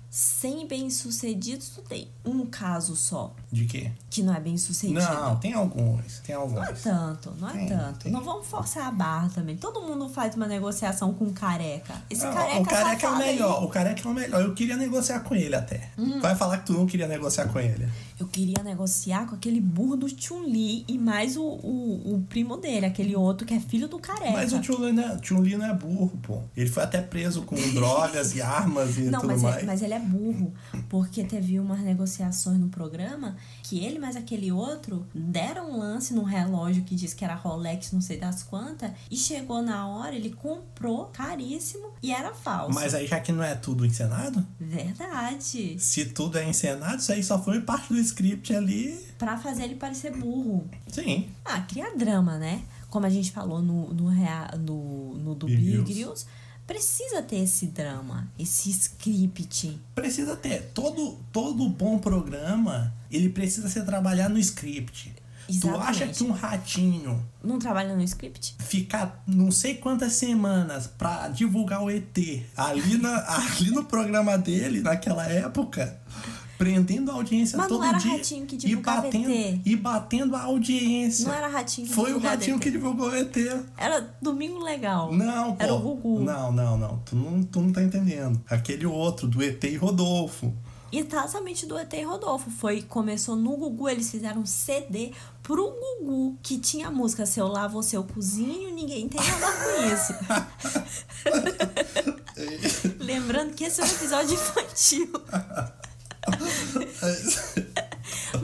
Speaker 1: 100 bem-sucedidos, tu tem um caso só
Speaker 2: De quê?
Speaker 1: que não é bem-sucedido.
Speaker 2: Não, tem alguns, tem
Speaker 1: Não é
Speaker 2: alguns.
Speaker 1: tanto, não é
Speaker 2: Tem,
Speaker 1: tanto.
Speaker 2: tem.
Speaker 1: Não vamos forçar a barra também. Todo mundo faz uma negociação com careca. Esse
Speaker 2: Não,
Speaker 1: careca,
Speaker 2: o careca é o
Speaker 1: safado aí, Hum.
Speaker 2: melhor, o careca é o melhor. Eu queria negociar com ele até. Vai falar que tu não queria negociar com ele.
Speaker 1: Eu queria negociar com aquele burro do Chun-Li e mais o, o, o primo dele, aquele outro que é filho do careca.
Speaker 2: Mas o Chun-Li não, é- Chun-Li não é burro, pô. Ele foi até preso com drogas e armas e
Speaker 1: Não,
Speaker 2: tudo
Speaker 1: mas
Speaker 2: mais.
Speaker 1: ele, mas ele é burro, porque teve umas negociações no programa que ele mais aquele outro deram um lance num relógio que diz que era Rolex, não sei das quantas, e chegou na hora, ele comprou caríssimo e era falso.
Speaker 2: Mas aí, já que não é tudo encenado,
Speaker 1: Verdade.
Speaker 2: se tudo é encenado, isso aí só foi parte do script ali.
Speaker 1: Pra fazer ele parecer burro.
Speaker 2: Sim.
Speaker 1: Ah, cria drama, né? Como a gente falou no, no, rea- no, no do
Speaker 2: Big
Speaker 1: Big
Speaker 2: Girls.
Speaker 1: Girls, precisa ter esse drama, esse script.
Speaker 2: Precisa ter. Todo, todo bom programa, ele precisa ser trabalhado no script. Tu acha
Speaker 1: Exatamente.
Speaker 2: que um ratinho
Speaker 1: Não trabalha no script?
Speaker 2: ficar não sei quantas semanas pra divulgar o ET ali, na, ali no programa dele, naquela época, prendendo a audiência
Speaker 1: Mas não
Speaker 2: todo
Speaker 1: era
Speaker 2: dia.
Speaker 1: ratinho que
Speaker 2: e
Speaker 1: divulgava ET?
Speaker 2: batendo, e batendo a audiência.
Speaker 1: Não era ratinho que
Speaker 2: Foi o
Speaker 1: divulgava
Speaker 2: ratinho
Speaker 1: ET.
Speaker 2: que divulgou o ET.
Speaker 1: Era domingo legal.
Speaker 2: Não, pô.
Speaker 1: Era o Gugu.
Speaker 2: Não, não, não. Tu não, tu não tá entendendo. Aquele outro, do ET e Rodolfo.
Speaker 1: Exatamente do ET e Rodolfo. Foi, começou no Gugu, eles fizeram um CD pro Gugu, que tinha a música Se eu lavo ou se eu cozinho, ninguém tem nada com isso. Lembrando que esse é um episódio infantil.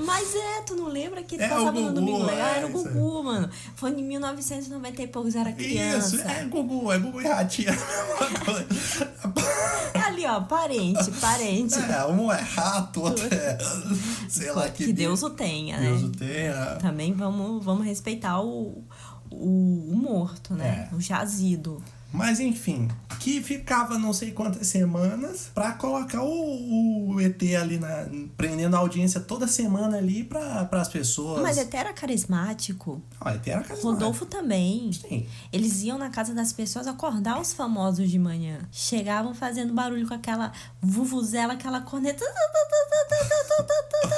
Speaker 1: Mas é, tu não lembra que
Speaker 2: É, o
Speaker 1: passava no
Speaker 2: Gugu,
Speaker 1: Domingo Legal?
Speaker 2: é,
Speaker 1: Era o
Speaker 2: isso aí.
Speaker 1: Gugu, mano. Foi em 1990 e poucos, era criança.
Speaker 2: Isso, é Gugu, é Gugu e Ratinho. é a mesma coisa.
Speaker 1: Ali, ó, parente, parente.
Speaker 2: É, um é rato, outro é. Sei lá que.
Speaker 1: que Deus o tenha,
Speaker 2: Deus
Speaker 1: né?
Speaker 2: o tenha.
Speaker 1: Também vamos, vamos respeitar o, o, o morto, né?
Speaker 2: É.
Speaker 1: O jazido.
Speaker 2: Mas enfim, que ficava não sei quantas semanas pra colocar o, o ET ali na. prendendo a audiência toda semana ali pra, pras pessoas.
Speaker 1: Mas até era carismático.
Speaker 2: Ah, o ET era carismático.
Speaker 1: Rodolfo também.
Speaker 2: Sim.
Speaker 1: Eles iam na casa das pessoas acordar os famosos de manhã. Chegavam fazendo barulho com aquela vuvuzela, aquela corneta.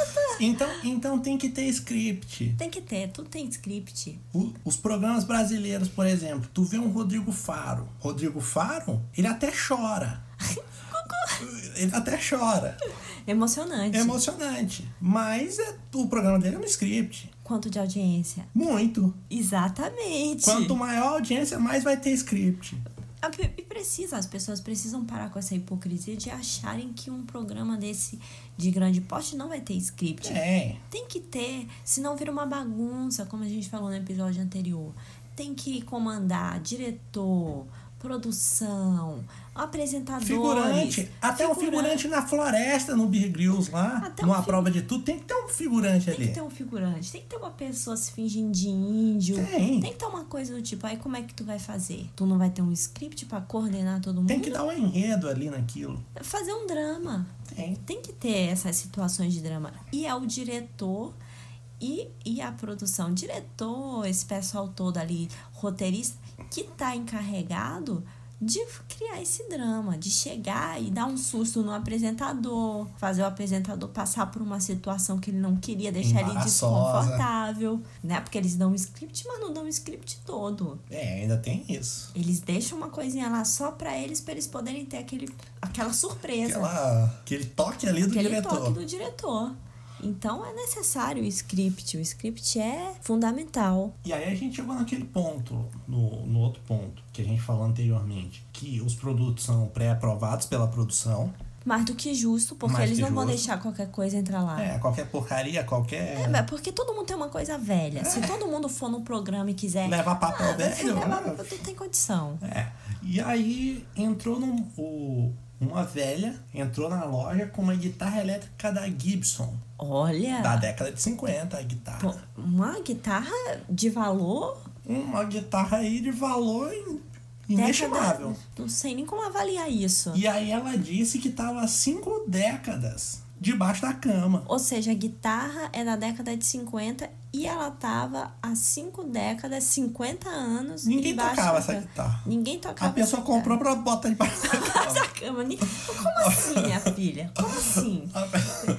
Speaker 2: Então, então tem que ter script.
Speaker 1: Tem que ter, tudo tem script.
Speaker 2: O- os programas brasileiros, por exemplo, tu vê um Rodrigo Faro. Rodrigo Faro, ele até chora. ele até chora.
Speaker 1: Emocionante.
Speaker 2: É emocionante. Mas é, o programa dele é um script.
Speaker 1: Quanto de audiência?
Speaker 2: Muito.
Speaker 1: Exatamente.
Speaker 2: Quanto maior a audiência, mais vai ter script.
Speaker 1: A pe- E precisa, as pessoas precisam parar com essa hipocrisia de acharem que um programa desse de grande porte não vai ter script.
Speaker 2: É.
Speaker 1: Tem que ter, senão vira uma bagunça, como a gente falou no episódio anterior. Tem que comandar diretor, produção, apresentadores.
Speaker 2: Figurante. Até um figurante na floresta, no Beer Grylls lá,
Speaker 1: Até um
Speaker 2: numa
Speaker 1: figu-
Speaker 2: prova de tudo, tem que ter um figurante
Speaker 1: Tem que
Speaker 2: ali.
Speaker 1: ter um figurante, tem que ter uma pessoa se fingindo de índio.
Speaker 2: Tem.
Speaker 1: que ter uma coisa do tipo, aí como é que tu vai fazer? Tu não vai ter um script pra coordenar todo mundo?
Speaker 2: Tem que dar um enredo ali naquilo.
Speaker 1: Fazer um drama.
Speaker 2: Tem.
Speaker 1: Tem que ter essas situações de drama. E é o diretor e, e a produção. Diretor, esse pessoal todo ali, roteirista, que tá encarregado de criar esse drama, de chegar e dar um susto no apresentador, fazer o apresentador passar por uma situação que ele não queria, deixar ele
Speaker 2: Embaraçosa.
Speaker 1: desconfortável, né? Porque eles dão um script, mas não dão um script todo.
Speaker 2: É, ainda tem isso.
Speaker 1: Eles deixam uma coisinha lá só pra eles, pra eles poderem ter aquele, aquela surpresa
Speaker 2: Aquela, aquele toque ali do
Speaker 1: aquele
Speaker 2: diretor.
Speaker 1: é toque do diretor. Então é necessário o script. O script é fundamental.
Speaker 2: E aí a gente chegou naquele ponto, no, no outro ponto que a gente falou anteriormente, que os produtos são pré-aprovados pela produção.
Speaker 1: Mais do que justo, porque
Speaker 2: Mais
Speaker 1: eles
Speaker 2: que
Speaker 1: não vão
Speaker 2: justo.
Speaker 1: deixar qualquer coisa entrar lá.
Speaker 2: É, qualquer porcaria, qualquer.
Speaker 1: É, mas porque todo mundo tem uma coisa velha. Se todo mundo for no programa e quiser.
Speaker 2: Levar papel
Speaker 1: ah,
Speaker 2: É. velho,
Speaker 1: você leva-
Speaker 2: né?
Speaker 1: não tem condição.
Speaker 2: É. E aí entrou num, o- uma velha, entrou na loja com uma guitarra elétrica da Gibson,
Speaker 1: Olha.
Speaker 2: da década de 50, a guitarra.
Speaker 1: É. pô, uma guitarra de valor.
Speaker 2: Uma guitarra aí de valor in- inestimável.
Speaker 1: Década, não sei nem como avaliar isso.
Speaker 2: E aí ela disse que tava cinco décadas debaixo da cama.
Speaker 1: Ou seja, a guitarra é da década de 50 e ela tava há cinco décadas, 50 anos.
Speaker 2: Ninguém
Speaker 1: embaixo
Speaker 2: tocava
Speaker 1: da
Speaker 2: essa
Speaker 1: cama.
Speaker 2: guitarra.
Speaker 1: Ninguém
Speaker 2: A
Speaker 1: tocava.
Speaker 2: pessoa
Speaker 1: essa guitarra.
Speaker 2: comprou pra botar debaixo da cama.
Speaker 1: Essa cama. ni- Como assim, minha filha? Como assim?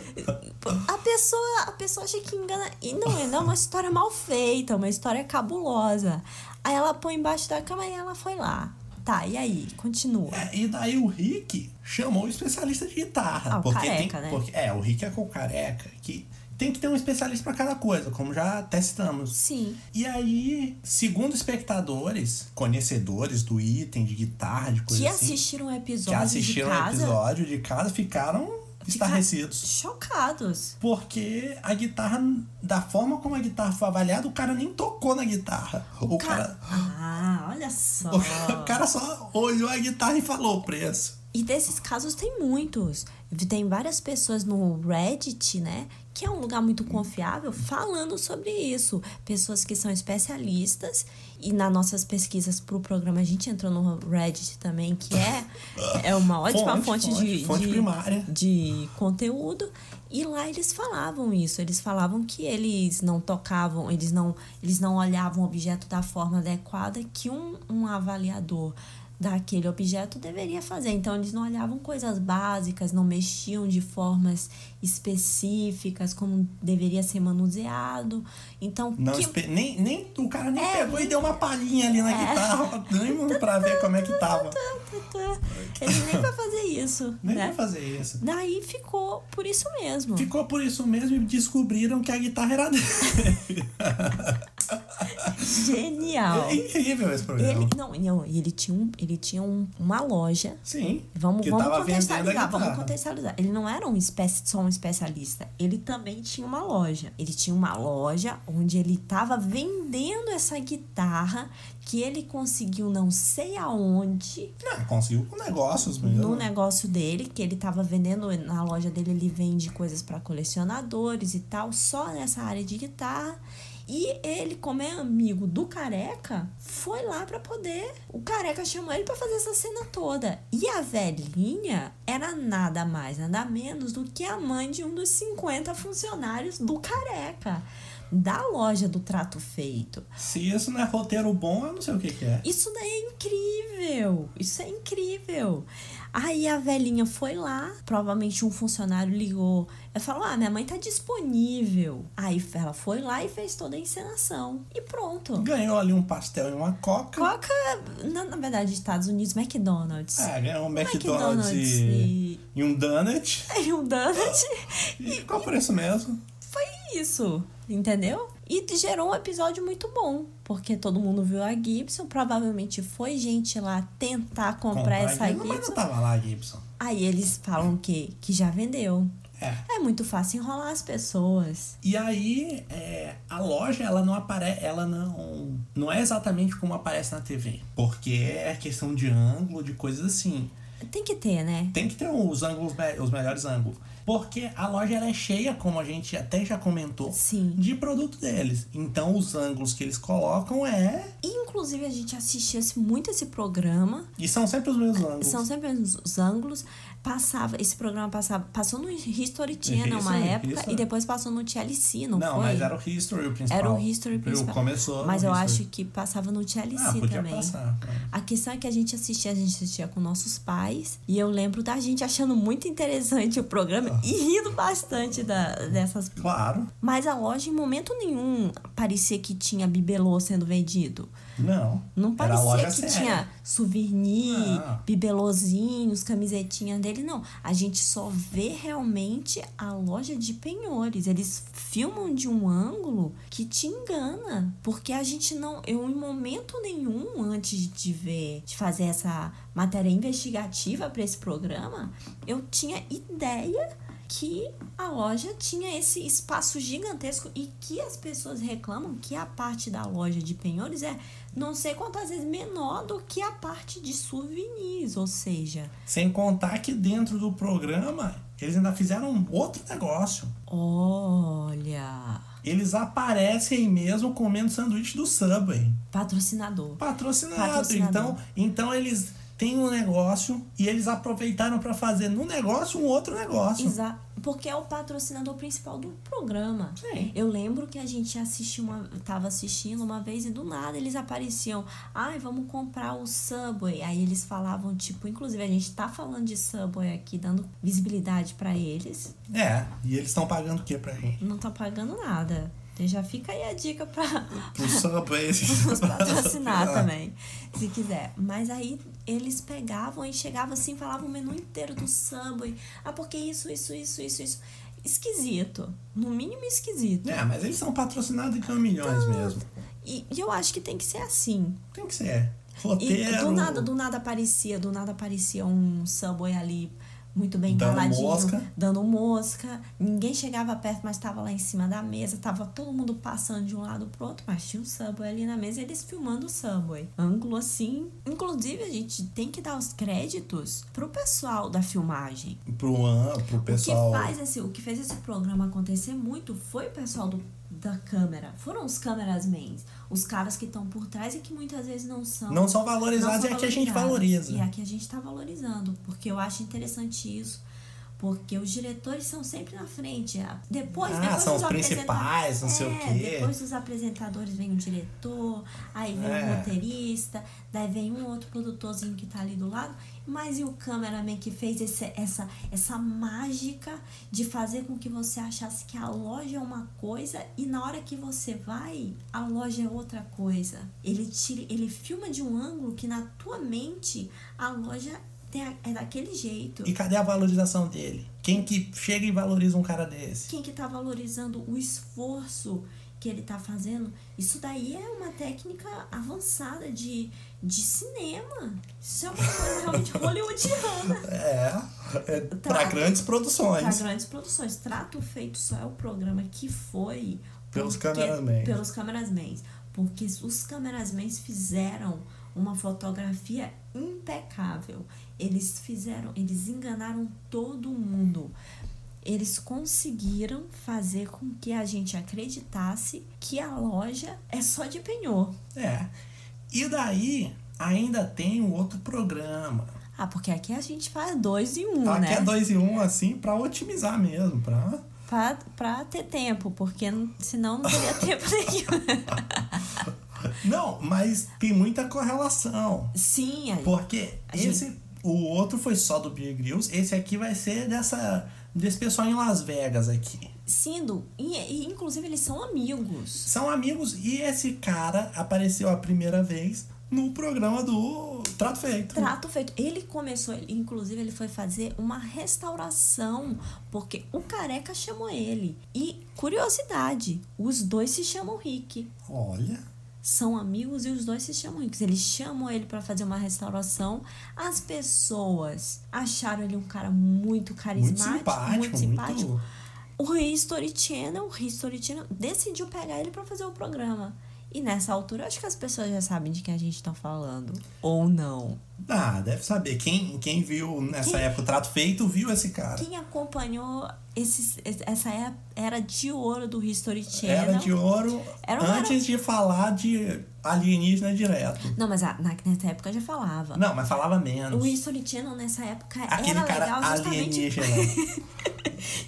Speaker 1: A pessoa, a pessoa acha que engana. E não é, não, é uma história mal feita, uma história cabulosa. Aí ela põe embaixo da cama e ela foi lá. Tá, e aí? Continua.
Speaker 2: É, E daí o Rick chamou o especialista de guitarra.
Speaker 1: Ah, o
Speaker 2: porque
Speaker 1: careca, né?
Speaker 2: tem, porque- é, o Rick é com o careca, que tem que ter um especialista pra cada coisa, como já testamos.
Speaker 1: Sim.
Speaker 2: E aí, segundo espectadores, conhecedores do item de guitarra, de coisa
Speaker 1: Que
Speaker 2: assim,
Speaker 1: assistiram o
Speaker 2: que
Speaker 1: episódio
Speaker 2: assistiram
Speaker 1: de
Speaker 2: o
Speaker 1: casa.
Speaker 2: episódio de casa, ficaram
Speaker 1: fica-
Speaker 2: estarrecidos.
Speaker 1: Chocados.
Speaker 2: Porque a guitarra, da forma como a guitarra foi avaliada, o cara nem tocou na guitarra. O,
Speaker 1: Ca-
Speaker 2: cara,
Speaker 1: Ah, olha só.
Speaker 2: o cara- o cara só olhou a guitarra e falou o preço.
Speaker 1: E desses casos tem muitos. Tem várias pessoas no Reddit, né? Que é um lugar muito confiável, falando sobre isso. Pessoas que são especialistas. E nas nossas pesquisas pro programa, a gente entrou no Reddit também, que é, é uma ótima
Speaker 2: Fonte,
Speaker 1: fonte,
Speaker 2: fonte,
Speaker 1: de,
Speaker 2: fonte
Speaker 1: de-
Speaker 2: primária.
Speaker 1: de conteúdo. E lá eles falavam isso, eles falavam que eles não tocavam, eles não, eles não olhavam o objeto da forma adequada, que um, um avaliador daquele objeto deveria fazer. Então eles não olhavam coisas básicas, não mexiam de formas específicas como deveria ser manuseado. Então
Speaker 2: Não,
Speaker 1: que-
Speaker 2: espe- nem, nem, o cara nem
Speaker 1: É,
Speaker 2: pegou e deu uma palhinha ali na guitarra nem pra ver como é que tava.
Speaker 1: ele nem vai fazer isso,
Speaker 2: Nem
Speaker 1: né?
Speaker 2: vai fazer isso.
Speaker 1: Daí ficou por isso mesmo.
Speaker 2: Ficou por isso mesmo e descobriram que a guitarra era dele.
Speaker 1: Genial.
Speaker 2: É incrível esse programa.
Speaker 1: Ele não, não, ele tinha um, ele tinha um- uma loja
Speaker 2: Sim.
Speaker 1: Vamos,
Speaker 2: que
Speaker 1: vamos
Speaker 2: tava vendendo a
Speaker 1: contextualizar, vamos
Speaker 2: guitarra.
Speaker 1: contextualizar. Ele não era um espécie, só um especialista. Ele também tinha uma loja. Ele tinha uma loja onde ele estava vendendo essa guitarra que ele conseguiu não sei aonde
Speaker 2: Não, Ah, conseguiu com negócios mesmo.
Speaker 1: no negócio dele, que ele estava vendendo na loja dele, ele vende coisas para colecionadores e tal, só nessa área de guitarra. E ele, como é amigo do Careca, foi lá pra poder. O Careca chamou ele pra fazer essa cena toda. E a velhinha era nada mais, nada menos do que a mãe de um dos 50 funcionários do Careca, da loja do Trato Feito.
Speaker 2: Se isso não é roteiro bom, eu não sei o que, que é.
Speaker 1: Isso daí é incrível! Isso é incrível! Aí a velhinha foi lá, provavelmente um funcionário ligou. Ela falou: Ah, minha mãe tá disponível. Aí ela foi lá e fez toda a encenação. E pronto.
Speaker 2: Ganhou ali um pastel e uma coca.
Speaker 1: Coca, na, na verdade, Estados Unidos, McDonald's.
Speaker 2: É, ganhou um McDonald's,
Speaker 1: McDonald's
Speaker 2: e...
Speaker 1: e...
Speaker 2: e um donut.
Speaker 1: e um donut.
Speaker 2: E qual o preço mesmo?
Speaker 1: Foi isso, entendeu? E gerou um episódio muito bom, porque todo mundo viu a Gibson, provavelmente foi gente lá tentar comprar, essa
Speaker 2: Gibson. Mas
Speaker 1: Gibson.
Speaker 2: não tava lá a Gibson.
Speaker 1: Aí eles falam que, que já vendeu.
Speaker 2: É.
Speaker 1: É muito fácil enrolar as pessoas.
Speaker 2: E aí, é, a loja, ela não aparece, ela não, não é exatamente como aparece na TV. Porque é questão de ângulo, de coisas assim.
Speaker 1: Tem que ter, né?
Speaker 2: Tem que ter os ângulos, me- os melhores ângulos. Porque a loja ela é cheia, como a gente até já comentou,
Speaker 1: Sim.
Speaker 2: de produto deles. Então os ângulos que eles colocam é.
Speaker 1: Inclusive, a gente assistia esse- muito esse programa.
Speaker 2: E são sempre os mesmos ângulos.
Speaker 1: São sempre os os ângulos. Passava, esse programa passava, passou no History Channel
Speaker 2: Isso,
Speaker 1: uma época
Speaker 2: isso.
Speaker 1: e depois passou no TLC, não,
Speaker 2: Não,
Speaker 1: foi?
Speaker 2: mas era o History o principal.
Speaker 1: Era o History
Speaker 2: Eu-
Speaker 1: principal.
Speaker 2: Começou.
Speaker 1: Mas
Speaker 2: no
Speaker 1: eu
Speaker 2: History.
Speaker 1: acho que passava no TLC
Speaker 2: Ah, podia
Speaker 1: também.
Speaker 2: passar.
Speaker 1: A questão é que a gente assistia, a gente assistia com nossos pais. E eu lembro da gente achando muito interessante o programa e rindo bastante da, dessas.
Speaker 2: Claro.
Speaker 1: Mas a loja, em momento nenhum, parecia que tinha bibelô sendo vendido.
Speaker 2: Não.
Speaker 1: Não
Speaker 2: Era a
Speaker 1: parecia
Speaker 2: loja
Speaker 1: que
Speaker 2: séria. Ah.
Speaker 1: tinha souvenir,
Speaker 2: Não.
Speaker 1: bibelôzinhos, camisetinha dele, não. A gente só vê realmente a loja de penhores. Eles filmam de um ângulo que te engana. Porque a gente não. Eu, em momento nenhum, antes de ver, de fazer essa matéria investigativa para esse programa, eu tinha ideia que a loja tinha esse espaço gigantesco e que as pessoas reclamam que a parte da loja de penhores é não sei quantas vezes menor do que a parte de souvenirs, ou seja,
Speaker 2: Sem contar que dentro do programa eles ainda fizeram um outro negócio.
Speaker 1: olha,
Speaker 2: Eles aparecem mesmo comendo sanduíche do Subway.
Speaker 1: patrocinador.
Speaker 2: Patrocinado.
Speaker 1: Patrocinado.
Speaker 2: Então, então eles têm um negócio e eles aproveitaram pra fazer no negócio um outro negócio.
Speaker 1: Exa porque é o patrocinador principal do programa.
Speaker 2: Sim.
Speaker 1: Eu lembro que a gente assistiu uma, tava assistindo uma vez e do nada eles apareciam. Ai, vamos comprar o Subway. Aí eles falavam, tipo, inclusive a gente tá falando de Subway aqui, dando visibilidade pra eles.
Speaker 2: É, e eles estão pagando o que pra gente?
Speaker 1: Não tá pagando nada. Então já fica aí a dica pra,
Speaker 2: Pro Subway.
Speaker 1: nos patrocinar também, se quiser. Mas aí eles pegavam e chegavam assim, falavam o menu inteiro do Subway. Ah, porque isso, isso, isso, isso, isso. Esquisito. No mínimo esquisito.
Speaker 2: É, mas eles são patrocinados e ganham milhões mesmo.
Speaker 1: E, e eu acho que tem que ser assim.
Speaker 2: Tem que ser.
Speaker 1: E
Speaker 2: Roteiro.
Speaker 1: do nada, do nada aparecia, do nada aparecia um Subway ali muito bem
Speaker 2: Dando
Speaker 1: embaladinho,
Speaker 2: mosca.
Speaker 1: dando mosca. Ninguém chegava perto, mas tava lá em cima da mesa, tava todo mundo passando de um lado pro outro, mas tinha um Subway ali na mesa e eles filmando o Subway. Ângulo assim. Inclusive, a gente tem que dar os créditos pro pessoal da filmagem.
Speaker 2: Pro, an- pro pessoal.
Speaker 1: O que, faz esse, o que fez esse programa acontecer muito foi o pessoal do, da câmera. Foram os camerasmans. Os caras que estão por trás e que muitas vezes não são.
Speaker 2: Não são
Speaker 1: não
Speaker 2: valorizados
Speaker 1: são
Speaker 2: e aqui a gente
Speaker 1: valorizados.
Speaker 2: valoriza.
Speaker 1: E aqui a gente tá valorizando. Porque eu acho interessante isso. Porque os diretores são sempre na frente. Depois,
Speaker 2: Ah,
Speaker 1: depois
Speaker 2: são
Speaker 1: dos
Speaker 2: os
Speaker 1: apresenta-
Speaker 2: principais, não sei o
Speaker 1: É,
Speaker 2: quê.
Speaker 1: Depois dos apresentadores vem o diretor, aí vem
Speaker 2: É.
Speaker 1: o roteirista, daí vem um outro produtorzinho que tá ali do lado. Mas e o cameraman que fez esse- essa, essa mágica de fazer com que você achasse que a loja é uma coisa e na hora que você vai, a loja é outra coisa. Ele, tira, ele filma de um ângulo que na tua mente a loja tem a- é daquele jeito.
Speaker 2: E cadê a valorização dele? Quem que chega e valoriza um cara desse?
Speaker 1: Quem que tá valorizando o esforço que ele tá fazendo? Isso daí é uma técnica avançada de, de cinema. Isso é uma coisa realmente hollywoodiana.
Speaker 2: É, é pra
Speaker 1: Tá.
Speaker 2: grandes
Speaker 1: Pra
Speaker 2: produções.
Speaker 1: grandes produções. Trato Feito só é o programa que foi.
Speaker 2: Pelos
Speaker 1: porque-
Speaker 2: cameramans.
Speaker 1: Pelos camerasmans. Porque os camerasmans fizeram uma fotografia impecável. Eles fizeram, eles enganaram todo mundo. Eles conseguiram fazer com que a gente acreditasse que a loja é só de penhor.
Speaker 2: É. E daí, ainda tem um outro programa.
Speaker 1: Ah, porque aqui a gente faz dois em um,
Speaker 2: Tá?
Speaker 1: né?
Speaker 2: Que é 2 e 1, um, assim, pra otimizar mesmo, pra...
Speaker 1: Pra, pra ter tempo, porque n- senão não teria tempo nenhum.
Speaker 2: Não, mas tem muita correlação.
Speaker 1: Sim, aí.
Speaker 2: Porque
Speaker 1: A gente-
Speaker 2: esse... O outro foi só do Beer Grylls. Esse aqui vai ser dessa... Desse pessoal em Las Vegas aqui.
Speaker 1: Sendo, e, e, inclusive eles são amigos.
Speaker 2: São amigos e esse cara apareceu a primeira vez no programa do Trato Feito.
Speaker 1: Trato feito. Ele começou, ele- inclusive ele foi fazer uma restauração, porque o careca chamou ele. E curiosidade, os dois se chamam Rick.
Speaker 2: Olha.
Speaker 1: São amigos e os dois se chamam Rick. Eles chamam ele pra fazer uma restauração. As pessoas acharam ele um cara muito
Speaker 2: Muito
Speaker 1: carismático,
Speaker 2: simpático, muito,
Speaker 1: muito simpático. O History Channel, o History Channel decidiu pegar ele pra fazer o programa. E nessa altura, eu acho que as pessoas já sabem de quem a gente tá falando. Ou não.
Speaker 2: Ah, deve saber. Quem, quem viu nessa
Speaker 1: Quem-
Speaker 2: época o Trato Feito viu esse cara.
Speaker 1: Quem acompanhou esses, es- essa é- era de ouro do History Channel.
Speaker 2: Era de ouro
Speaker 1: Era um uma-
Speaker 2: antes de falar de alienígena direto.
Speaker 1: Não, mas a- na- nessa época eu já falava.
Speaker 2: Não, mas falava
Speaker 1: O
Speaker 2: menos.
Speaker 1: History Channel nessa época
Speaker 2: Aquele
Speaker 1: era
Speaker 2: cara
Speaker 1: legal justamente
Speaker 2: alienígena.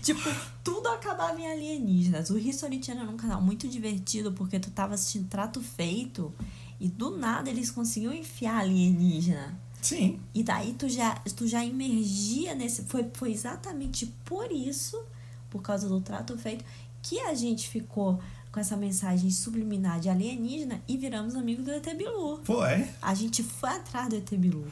Speaker 1: Tipo, tudo acabava em alienígenas. O History Channel era um canal muito divertido porque tu tava assistindo Trato Feito e do nada eles conseguiam enfiar alienígena.
Speaker 2: Sim.
Speaker 1: E daí tu já, tu já emergia nesse. Foi, foi exatamente por isso, por causa do trato feito, que a gente ficou com essa mensagem subliminar de alienígena e viramos amigos do ET Bilu.
Speaker 2: Foi.
Speaker 1: A gente foi atrás do ET Bilu.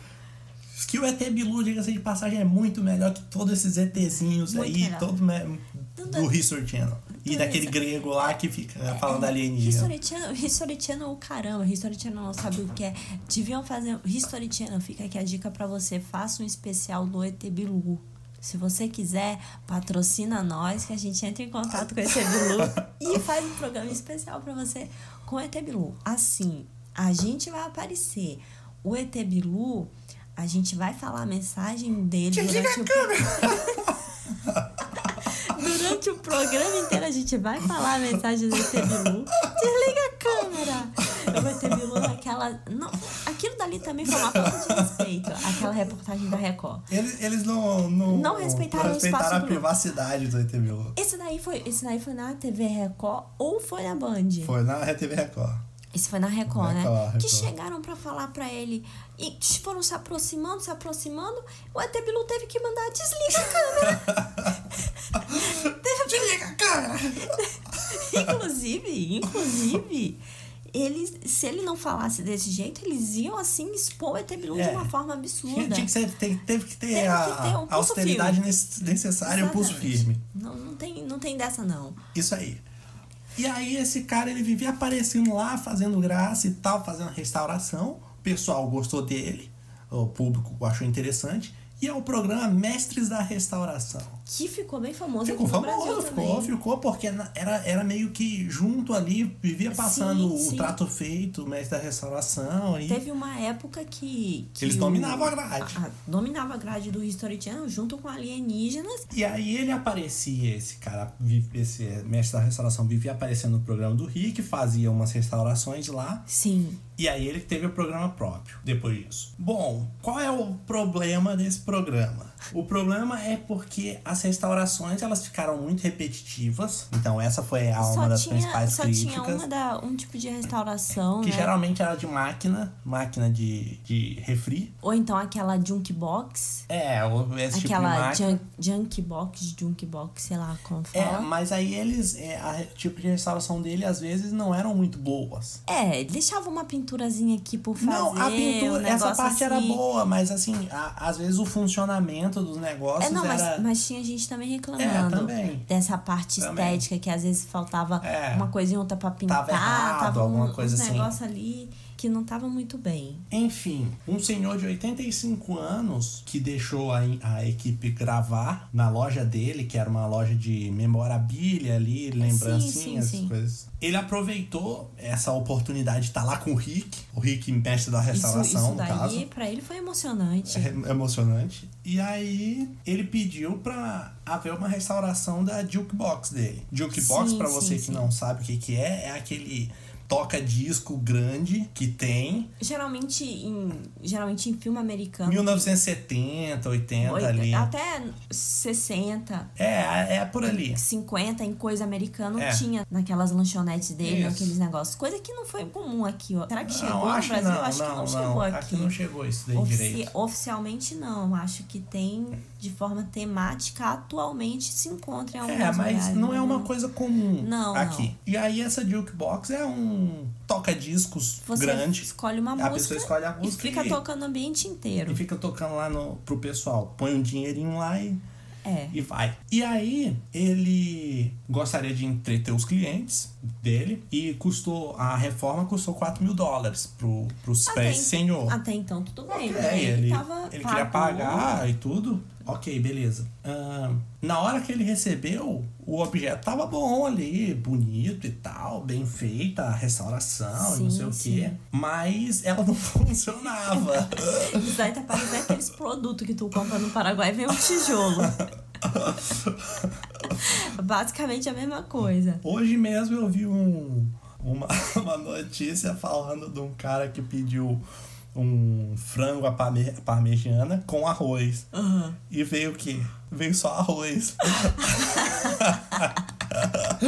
Speaker 2: Que o ET é Bilu, diga-se de passagem, é muito melhor que todos esses ETzinhos
Speaker 1: Muito
Speaker 2: aí,
Speaker 1: melhor.
Speaker 2: todo me-
Speaker 1: Tudo- é-
Speaker 2: do History Channel. E
Speaker 1: tudo
Speaker 2: daquele
Speaker 1: isso.
Speaker 2: grego lá que fica falando
Speaker 1: é
Speaker 2: alienígena.
Speaker 1: History Channel, History Channel, o caramba, History Channel não sabe o que é. Deviam fazer. History Channel, fica aqui a dica pra você: faça um especial do ET Bilu. Se você quiser, patrocina nós que a gente entra em contato com o ET Bilu e faz um programa especial pra você com o ET Bilu. Assim, a gente vai aparecer. O ET Bilu, a gente vai falar a mensagem dele
Speaker 2: Tinha que
Speaker 1: durante o Durante o programa inteiro a gente vai falar a mensagem do ET Bilu. Desliga a câmera! O ET Bilu naquela. Não, aquilo dali também foi uma falta de respeito. Aquela reportagem da Record.
Speaker 2: Eles, eles não, não,
Speaker 1: Não respeitaram o
Speaker 2: respeitaram
Speaker 1: espaço
Speaker 2: a
Speaker 1: do-
Speaker 2: privacidade do ET Bilu.
Speaker 1: Esse daí foi, esse daí foi na TV Record ou foi na Band?
Speaker 2: Foi na RTV Record.
Speaker 1: Esse foi na Record, né?
Speaker 2: Record,
Speaker 1: Que
Speaker 2: Record.
Speaker 1: chegaram pra falar pra ele e foram se aproximando, se aproximando. O ET Bilu teve que mandar desliga a câmera. teve que
Speaker 2: Liga a câmera!
Speaker 1: Inclusive, inclusive, eles, se ele não falasse desse jeito, eles iam assim expor o ET Bilu
Speaker 2: É.
Speaker 1: de uma forma absurda.
Speaker 2: Tinha que ser, tem- teve que ter
Speaker 1: Teve
Speaker 2: a,
Speaker 1: que ter um
Speaker 2: a
Speaker 1: pulso
Speaker 2: austeridade
Speaker 1: firme.
Speaker 2: nece- necessária e o um pulso
Speaker 1: Exatamente.
Speaker 2: firme.
Speaker 1: Não, não, tem, não tem dessa, não.
Speaker 2: Isso aí. E aí esse cara, ele vivia aparecendo lá, fazendo graça e tal, fazendo restauração. O pessoal gostou dele, o público achou interessante. E é o programa Mestres da Restauração.
Speaker 1: que ficou bem famoso
Speaker 2: Ficou
Speaker 1: aqui no Brasil
Speaker 2: famoso,
Speaker 1: também.
Speaker 2: ficou, ficou, porque na- era, era meio que junto ali, vivia passando
Speaker 1: Sim,
Speaker 2: o
Speaker 1: sim.
Speaker 2: trato feito, o mestre da restauração. E
Speaker 1: Teve uma época que. que
Speaker 2: Eles
Speaker 1: o-
Speaker 2: dominavam a grade.
Speaker 1: a- a- dominava a grade do History Channel junto com alienígenas.
Speaker 2: E aí ele aparecia, esse cara, vi- esse eh, mestre da restauração vivia aparecendo no programa do Rick, fazia umas restaurações lá,
Speaker 1: Sim.
Speaker 2: e aí ele teve o programa próprio depois disso. Bom, qual é o problema desse programa? O problema é porque as restaurações elas ficaram muito repetitivas, então essa foi a uma
Speaker 1: Só
Speaker 2: das
Speaker 1: tinha,
Speaker 2: principais
Speaker 1: só
Speaker 2: críticas.
Speaker 1: tinha uma da, um tipo de restauração.
Speaker 2: Que
Speaker 1: né?
Speaker 2: geralmente era de máquina, máquina de, de refri.
Speaker 1: Ou então aquela junk box.
Speaker 2: É, o- esse tipo de
Speaker 1: aquela
Speaker 2: máquina.
Speaker 1: junk, junk box, junk box, sei lá como
Speaker 2: É,
Speaker 1: fala.
Speaker 2: mas aí eles, é, a re- tipo de restauração dele às vezes não eram muito boas.
Speaker 1: É, deixava uma pinturazinha aqui por fazer.
Speaker 2: não, a pintura,
Speaker 1: um
Speaker 2: essa
Speaker 1: negócio
Speaker 2: parte era
Speaker 1: assim.
Speaker 2: boa, mas assim, a- às vezes o funcionamento dos negócios
Speaker 1: É, não, mas,
Speaker 2: era.
Speaker 1: mas tinha gente também
Speaker 2: É,
Speaker 1: reclamando
Speaker 2: também.
Speaker 1: dessa parte
Speaker 2: Também.
Speaker 1: estética que às vezes faltava
Speaker 2: É.
Speaker 1: uma coisa em outra pra pintar,
Speaker 2: errado,
Speaker 1: um,
Speaker 2: alguma
Speaker 1: um
Speaker 2: coisa assim.
Speaker 1: negócio ali que não tava muito bem.
Speaker 2: Enfim, um senhor de 85 anos que deixou a, a equipe gravar na loja dele, que era uma loja de memorabilia ali, lembrancinhas,
Speaker 1: sim, sim.
Speaker 2: essas coisas. Ele aproveitou essa oportunidade de estar lá com o Rick, o Rick mestre da
Speaker 1: Isso,
Speaker 2: restauração,
Speaker 1: isso
Speaker 2: no caso.
Speaker 1: daí pra ele foi emocionante.
Speaker 2: É emocionante. E aí ele pediu pra haver uma restauração da jukebox dele. Jukebox,
Speaker 1: Sim,
Speaker 2: pra
Speaker 1: sim,
Speaker 2: você que
Speaker 1: sim.
Speaker 2: não sabe o que que é, é aquele toca-disco grande que tem
Speaker 1: Geralmente em geralmente em filme americano
Speaker 2: 1970, 80
Speaker 1: oito-
Speaker 2: ali.
Speaker 1: até 60,
Speaker 2: É, é por ali.
Speaker 1: 50 em coisa americana
Speaker 2: É.
Speaker 1: tinha naquelas lanchonetes dele,
Speaker 2: Isso.
Speaker 1: aqueles negócios. Coisa que não foi comum aqui, ó. Será que chegou
Speaker 2: não,
Speaker 1: no
Speaker 2: acho
Speaker 1: Brasil?
Speaker 2: que não,
Speaker 1: acho
Speaker 2: não,
Speaker 1: que não
Speaker 2: não.
Speaker 1: chegou aqui.
Speaker 2: Aqui não chegou isso daí
Speaker 1: Ofici-
Speaker 2: direito.
Speaker 1: Oficialmente não, acho que tem de forma temática atualmente se encontra em alguns
Speaker 2: É, mas
Speaker 1: lugares,
Speaker 2: não é
Speaker 1: né?
Speaker 2: uma coisa comum
Speaker 1: Não,
Speaker 2: aqui. E aí essa jukebox é um toca-discos
Speaker 1: Você
Speaker 2: grande.
Speaker 1: escolhe uma
Speaker 2: a
Speaker 1: música
Speaker 2: pessoa escolhe a
Speaker 1: e
Speaker 2: música
Speaker 1: fica
Speaker 2: e-
Speaker 1: tocando o ambiente inteiro.
Speaker 2: E fica tocando lá no, pro pessoal. Põe um dinheirinho lá e,
Speaker 1: É.
Speaker 2: e vai. E aí, ele gostaria de entreter os clientes dele. E custou. A reforma custou 4 mil dólares pro, pro
Speaker 1: Ah,
Speaker 2: pra esse senhor.
Speaker 1: Até então tudo bem,
Speaker 2: É,
Speaker 1: né?
Speaker 2: ele,
Speaker 1: tava né?
Speaker 2: ele queria
Speaker 1: pagou.
Speaker 2: pagar e tudo. Ok, beleza. Ahn, na hora que ele recebeu, o objeto tava bom ali, bonito e tal, bem feita, a restauração e não
Speaker 1: Sim,
Speaker 2: sei o
Speaker 1: sim.
Speaker 2: quê. Mas ela não funcionava.
Speaker 1: Isso daí tá parecendo aqueles produtos que tu compra no Paraguai e vem um tijolo. Basicamente a mesma coisa.
Speaker 2: Hoje mesmo eu vi um, uma, uma notícia falando de um cara que pediu um frango à parme, parmegiana com arroz.
Speaker 1: Aham.
Speaker 2: E veio o quê? Veio só arroz.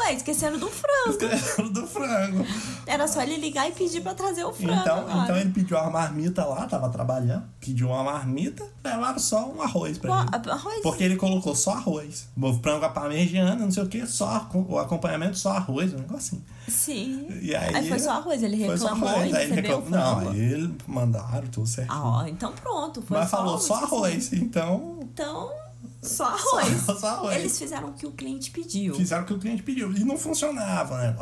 Speaker 1: Ué, esqueceram do frango.
Speaker 2: Escrevendo do frango.
Speaker 1: Era só ele ligar e pedir pra trazer o frango.
Speaker 2: Então,
Speaker 1: cara.
Speaker 2: então ele pediu uma marmita lá, tava trabalhando. Pediu uma marmita, levaram só um arroz pra
Speaker 1: Pô,
Speaker 2: ele.
Speaker 1: arroz
Speaker 2: Porque ele colocou só arroz. Frango à parmegiana, não sei o que, só arco- o acompanhamento, só arroz, um negócio assim.
Speaker 1: Sim.
Speaker 2: E aí,
Speaker 1: Aí foi só arroz, ele
Speaker 2: Foi só
Speaker 1: reclamou
Speaker 2: arroz,
Speaker 1: e
Speaker 2: aí ele
Speaker 1: recebeu
Speaker 2: reclamou.
Speaker 1: o frango.
Speaker 2: Não, aí ele mandaram tudo certinho.
Speaker 1: Ah, ó, então pronto. Foi
Speaker 2: Mas falou só
Speaker 1: assim.
Speaker 2: arroz, então
Speaker 1: Então, só arroz.
Speaker 2: só arroz.
Speaker 1: Eles fizeram o que o cliente pediu.
Speaker 2: fizeram o que o cliente pediu. E não funcionava né,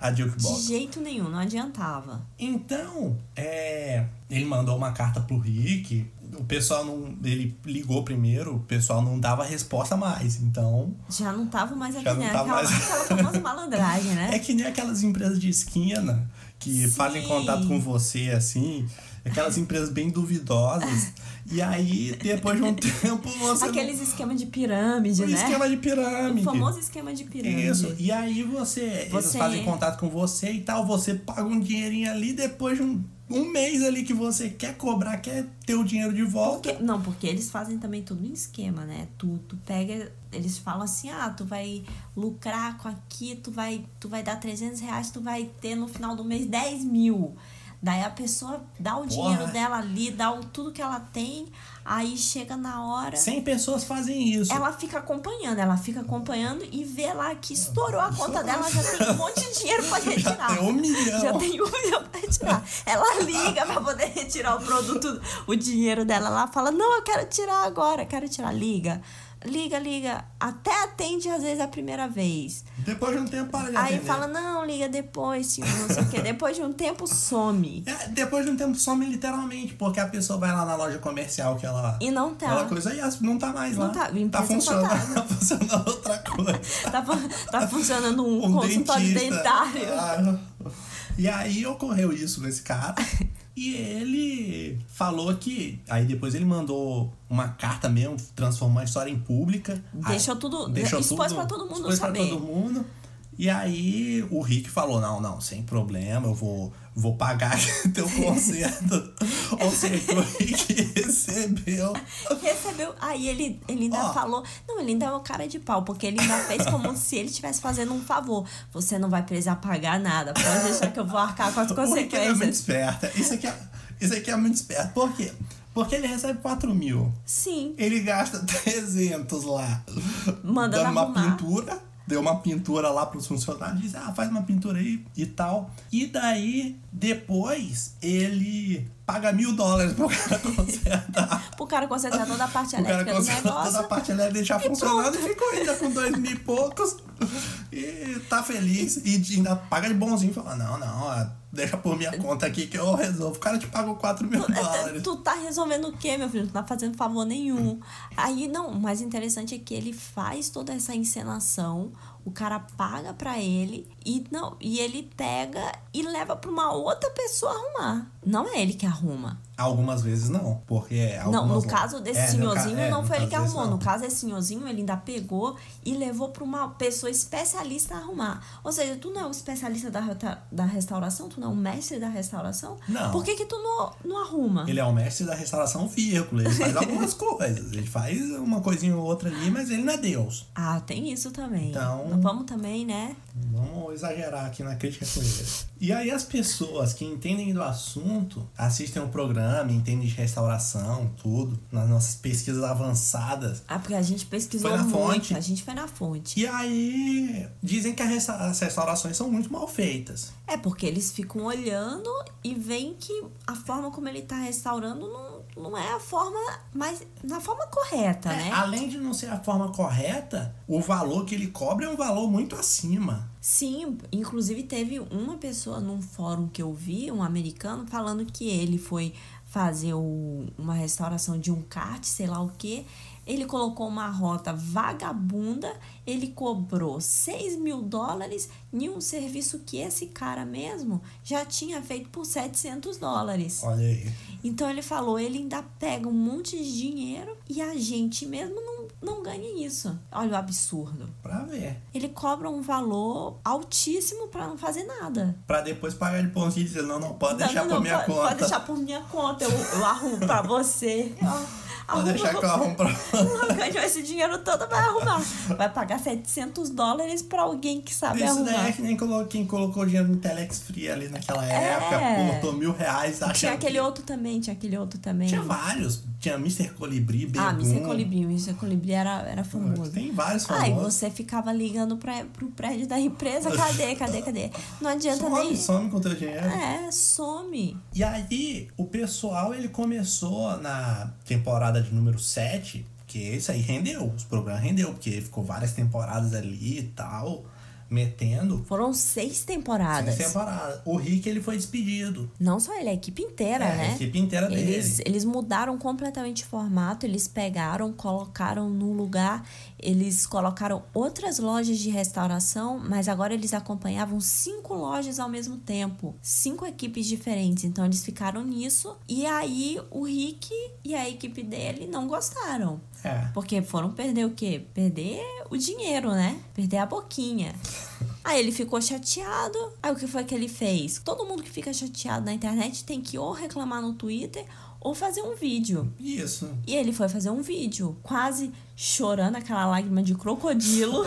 Speaker 2: a
Speaker 1: De
Speaker 2: jukebox.
Speaker 1: jeito nenhum, não adiantava.
Speaker 2: Então, é, ele mandou uma carta pro Rick. O pessoal não. Ele ligou primeiro, o pessoal não dava resposta mais. Então.
Speaker 1: Já não tava mais
Speaker 2: Já não
Speaker 1: aqui, né?
Speaker 2: tava
Speaker 1: Aquela,
Speaker 2: mais-
Speaker 1: aquela famosa malandragem,
Speaker 2: É
Speaker 1: né?
Speaker 2: que nem aquelas empresas de esquina que
Speaker 1: Sim.
Speaker 2: fazem contato com você, assim. Aquelas empresas bem duvidosas. e aí, depois de um tempo, você. não-
Speaker 1: Aqueles esquemas de pirâmide,
Speaker 2: um
Speaker 1: né?
Speaker 2: esquema de
Speaker 1: O
Speaker 2: pirâmide.
Speaker 1: famoso esquema de pirâmide.
Speaker 2: Isso. E aí você, Eles
Speaker 1: Você-
Speaker 2: fazem contato com você e tal, você paga um dinheirinho ali, depois de um, um mês ali que você quer cobrar, quer ter o dinheiro de volta.
Speaker 1: Porque- não, porque eles fazem também tudo em esquema, né? Tu, tu pega, eles falam assim, ah, tu vai lucrar com aqui, tu vai, tu vai dar 300 reais, tu vai ter no final do mês 10 mil. Daí a pessoa dá o
Speaker 2: Porra.
Speaker 1: dinheiro dela ali, dá o, tudo que ela tem, aí chega na hora.
Speaker 2: 100 pessoas fazem isso.
Speaker 1: Ela fica acompanhando, ela fica acompanhando e vê lá que estourou a conta dela, já tem um monte de dinheiro pra retirar.
Speaker 2: tem um milhão.
Speaker 1: Já tem um milhão pra retirar. Ela liga pra poder retirar o produto, o dinheiro dela lá, fala: Não, eu quero tirar agora, quero tirar. Liga, liga, liga, até atende às vezes a primeira vez.
Speaker 2: Depois de um tempo para de
Speaker 1: Aí
Speaker 2: atender.
Speaker 1: fala, não, liga depois, senhor, não sei o quê. Depois de um tempo, some.
Speaker 2: É, depois de um tempo some literalmente, porque a pessoa vai lá na loja comercial que ela.
Speaker 1: E não tá.
Speaker 2: Ela coisa e as- não tá mais
Speaker 1: Não
Speaker 2: lá.
Speaker 1: tá, impressão
Speaker 2: funcionando,
Speaker 1: fatal.
Speaker 2: tá funcionando outra coisa.
Speaker 1: Tá, fu- tá funcionando um, consultório
Speaker 2: dentista.
Speaker 1: dentário.
Speaker 2: Ah, e aí ocorreu isso com esse cara. E ele falou que. Aí depois ele mandou uma carta mesmo, transformou a história em pública.
Speaker 1: Deixou
Speaker 2: Aí-
Speaker 1: tudo-
Speaker 2: Deixou
Speaker 1: expôs
Speaker 2: tudo,
Speaker 1: pra todo mundo
Speaker 2: expôs pra
Speaker 1: saber.
Speaker 2: todo mundo. E aí o Rick falou: não, não, sem problema, eu vou, vou pagar teu conserto. Ou seja, o Rick recebeu.
Speaker 1: Recebeu. Aí ele, ele ainda
Speaker 2: Ó.
Speaker 1: falou. Não, ele ainda é o cara de pau, porque ele ainda fez como se ele estivesse fazendo um favor. Você não vai precisar pagar nada. Pode deixar que eu vou arcar com as
Speaker 2: O Rick é muito
Speaker 1: consequências.
Speaker 2: esperta. Isso aqui é, isso aqui é muito esperto. Por quê? Porque ele recebe 4 mil.
Speaker 1: Sim.
Speaker 2: Ele gasta 300 lá.
Speaker 1: Mandando
Speaker 2: Dando uma
Speaker 1: arrumar.
Speaker 2: pintura. Deu uma pintura lá pros funcionários. Diz, ah, faz uma pintura aí e tal. E daí, depois, ele paga mil dólares pro
Speaker 1: tá
Speaker 2: cara consertar.
Speaker 1: Pro cara consertar toda a parte
Speaker 2: o cara
Speaker 1: elétrica do
Speaker 2: conserta toda a
Speaker 1: negócio.
Speaker 2: parte elétrica, deixar
Speaker 1: e
Speaker 2: funcionando. E ficou ainda com dois mil e poucos. E tá feliz. E de- ainda paga de bonzinho. Fala, não, não, ah, deixa por minha conta aqui que eu resolvo. O cara te pagou 4 mil dólares.
Speaker 1: Tu tá resolvendo o quê, meu filho? Tu não tá fazendo favor nenhum. Aí, não, o mais interessante é que ele faz toda essa encenação, o cara paga pra ele e não, e ele pega e leva pra uma outra pessoa arrumar. Não é ele que arruma.
Speaker 2: Algumas vezes não, porque
Speaker 1: Não,
Speaker 2: algumas
Speaker 1: no
Speaker 2: lo-
Speaker 1: caso desse
Speaker 2: É, no ca-
Speaker 1: senhorzinho,
Speaker 2: é,
Speaker 1: não
Speaker 2: no
Speaker 1: foi ele
Speaker 2: caso
Speaker 1: que
Speaker 2: desse,
Speaker 1: arrumou. No
Speaker 2: não.
Speaker 1: caso, esse senhorzinho, ele ainda pegou e levou pra uma pessoa especialista arrumar. Ou seja, tu não é um especialista da, reta- da restauração? Tu não é um mestre da restauração?
Speaker 2: Não.
Speaker 1: Por que que tu não, não arruma?
Speaker 2: Ele é o mestre da restauração vírgula, ele faz algumas coisas, ele faz uma coisinha ou outra ali, mas ele não é Deus.
Speaker 1: Ah, tem isso também.
Speaker 2: Então-
Speaker 1: Não vamos também, né?
Speaker 2: Vamos exagerar aqui na crítica com ele. E aí as pessoas que entendem do assunto, assistem o programa, entendem de restauração, tudo, nas nossas pesquisas avançadas,
Speaker 1: Ah, porque a gente pesquisou
Speaker 2: Foi na
Speaker 1: muito.
Speaker 2: fonte.
Speaker 1: A gente foi na fonte.
Speaker 2: e aí dizem que a resta- as restaurações são muito mal feitas.
Speaker 1: É porque eles ficam olhando e veem que a forma como ele tá restaurando não, não é a forma mais. na forma correta,
Speaker 2: É,
Speaker 1: né?
Speaker 2: Além de não ser a forma correta, o valor que ele cobra é um valor muito acima.
Speaker 1: Sim, inclusive teve uma pessoa num fórum que eu vi, um americano, falando que ele foi fazer o- uma restauração de um kart, sei lá o quê. Ele colocou uma rota vagabunda, ele cobrou 6 mil dólares em um serviço que esse cara mesmo já tinha feito por 700 dólares.
Speaker 2: Olha aí.
Speaker 1: Então ele falou, ele ainda pega um monte de dinheiro e a gente mesmo não, não ganha isso. Olha o absurdo
Speaker 2: Pra ver.
Speaker 1: ele cobra um valor altíssimo pra não fazer nada.
Speaker 2: Pra depois pagar de pãozinho e dizer, não, não, pode deixar
Speaker 1: Não,
Speaker 2: por
Speaker 1: não,
Speaker 2: minha
Speaker 1: pode,
Speaker 2: conta.
Speaker 1: Pode deixar por minha conta, eu, eu arrumo pra você. Eu
Speaker 2: Pode
Speaker 1: arrumo-
Speaker 2: deixar que eu arrumo pra
Speaker 1: Eu ganho esse dinheiro todo, vai arrumar. Vai pagar 700 dólares pra alguém que sabe
Speaker 2: Isso
Speaker 1: arrumar.
Speaker 2: daí é que nem colo- quem colocou dinheiro no Telex Free ali naquela
Speaker 1: É.
Speaker 2: época, cortou mil reais, Tá achando
Speaker 1: Tinha aquele
Speaker 2: que...
Speaker 1: outro também, tinha aquele outro também.
Speaker 2: Tinha vários. Tinha Mr. Colibri, Begum.
Speaker 1: ah, Mr. Colibri, Mr. Colibri era, era famoso.
Speaker 2: Tem vários
Speaker 1: Ah, e
Speaker 2: famosos.
Speaker 1: você ficava ligando pra, pro prédio da empresa, cadê, cadê, cadê? Não adianta
Speaker 2: some,
Speaker 1: nem...
Speaker 2: some com teu dinheiro.
Speaker 1: É, some.
Speaker 2: E aí, o pessoal, ele começou na temporada de número 7, que isso aí rendeu, os programas rendeu, porque ficou várias temporadas ali e tal, metendo.
Speaker 1: Foram seis temporadas.
Speaker 2: Sem temporada. O Rick, ele foi despedido.
Speaker 1: Não só ele, a equipe inteira,
Speaker 2: É,
Speaker 1: né?
Speaker 2: A equipe é. inteira dele.
Speaker 1: Eles, eles mudaram completamente o formato, eles pegaram, colocaram no lugar, eles colocaram outras lojas de restauração, mas agora eles acompanhavam cinco lojas ao mesmo tempo, cinco equipes diferentes. Então eles ficaram nisso e aí o Rick e a equipe dele não gostaram.
Speaker 2: É.
Speaker 1: Porque foram perder o quê? Perder o dinheiro, né? Perder a boquinha. Aí ele ficou chateado. Aí o que foi que ele fez? Todo mundo que fica chateado na internet tem que ou reclamar no Twitter ou fazer um vídeo.
Speaker 2: Isso.
Speaker 1: E ele foi fazer um vídeo, quase chorando aquela lágrima de crocodilo,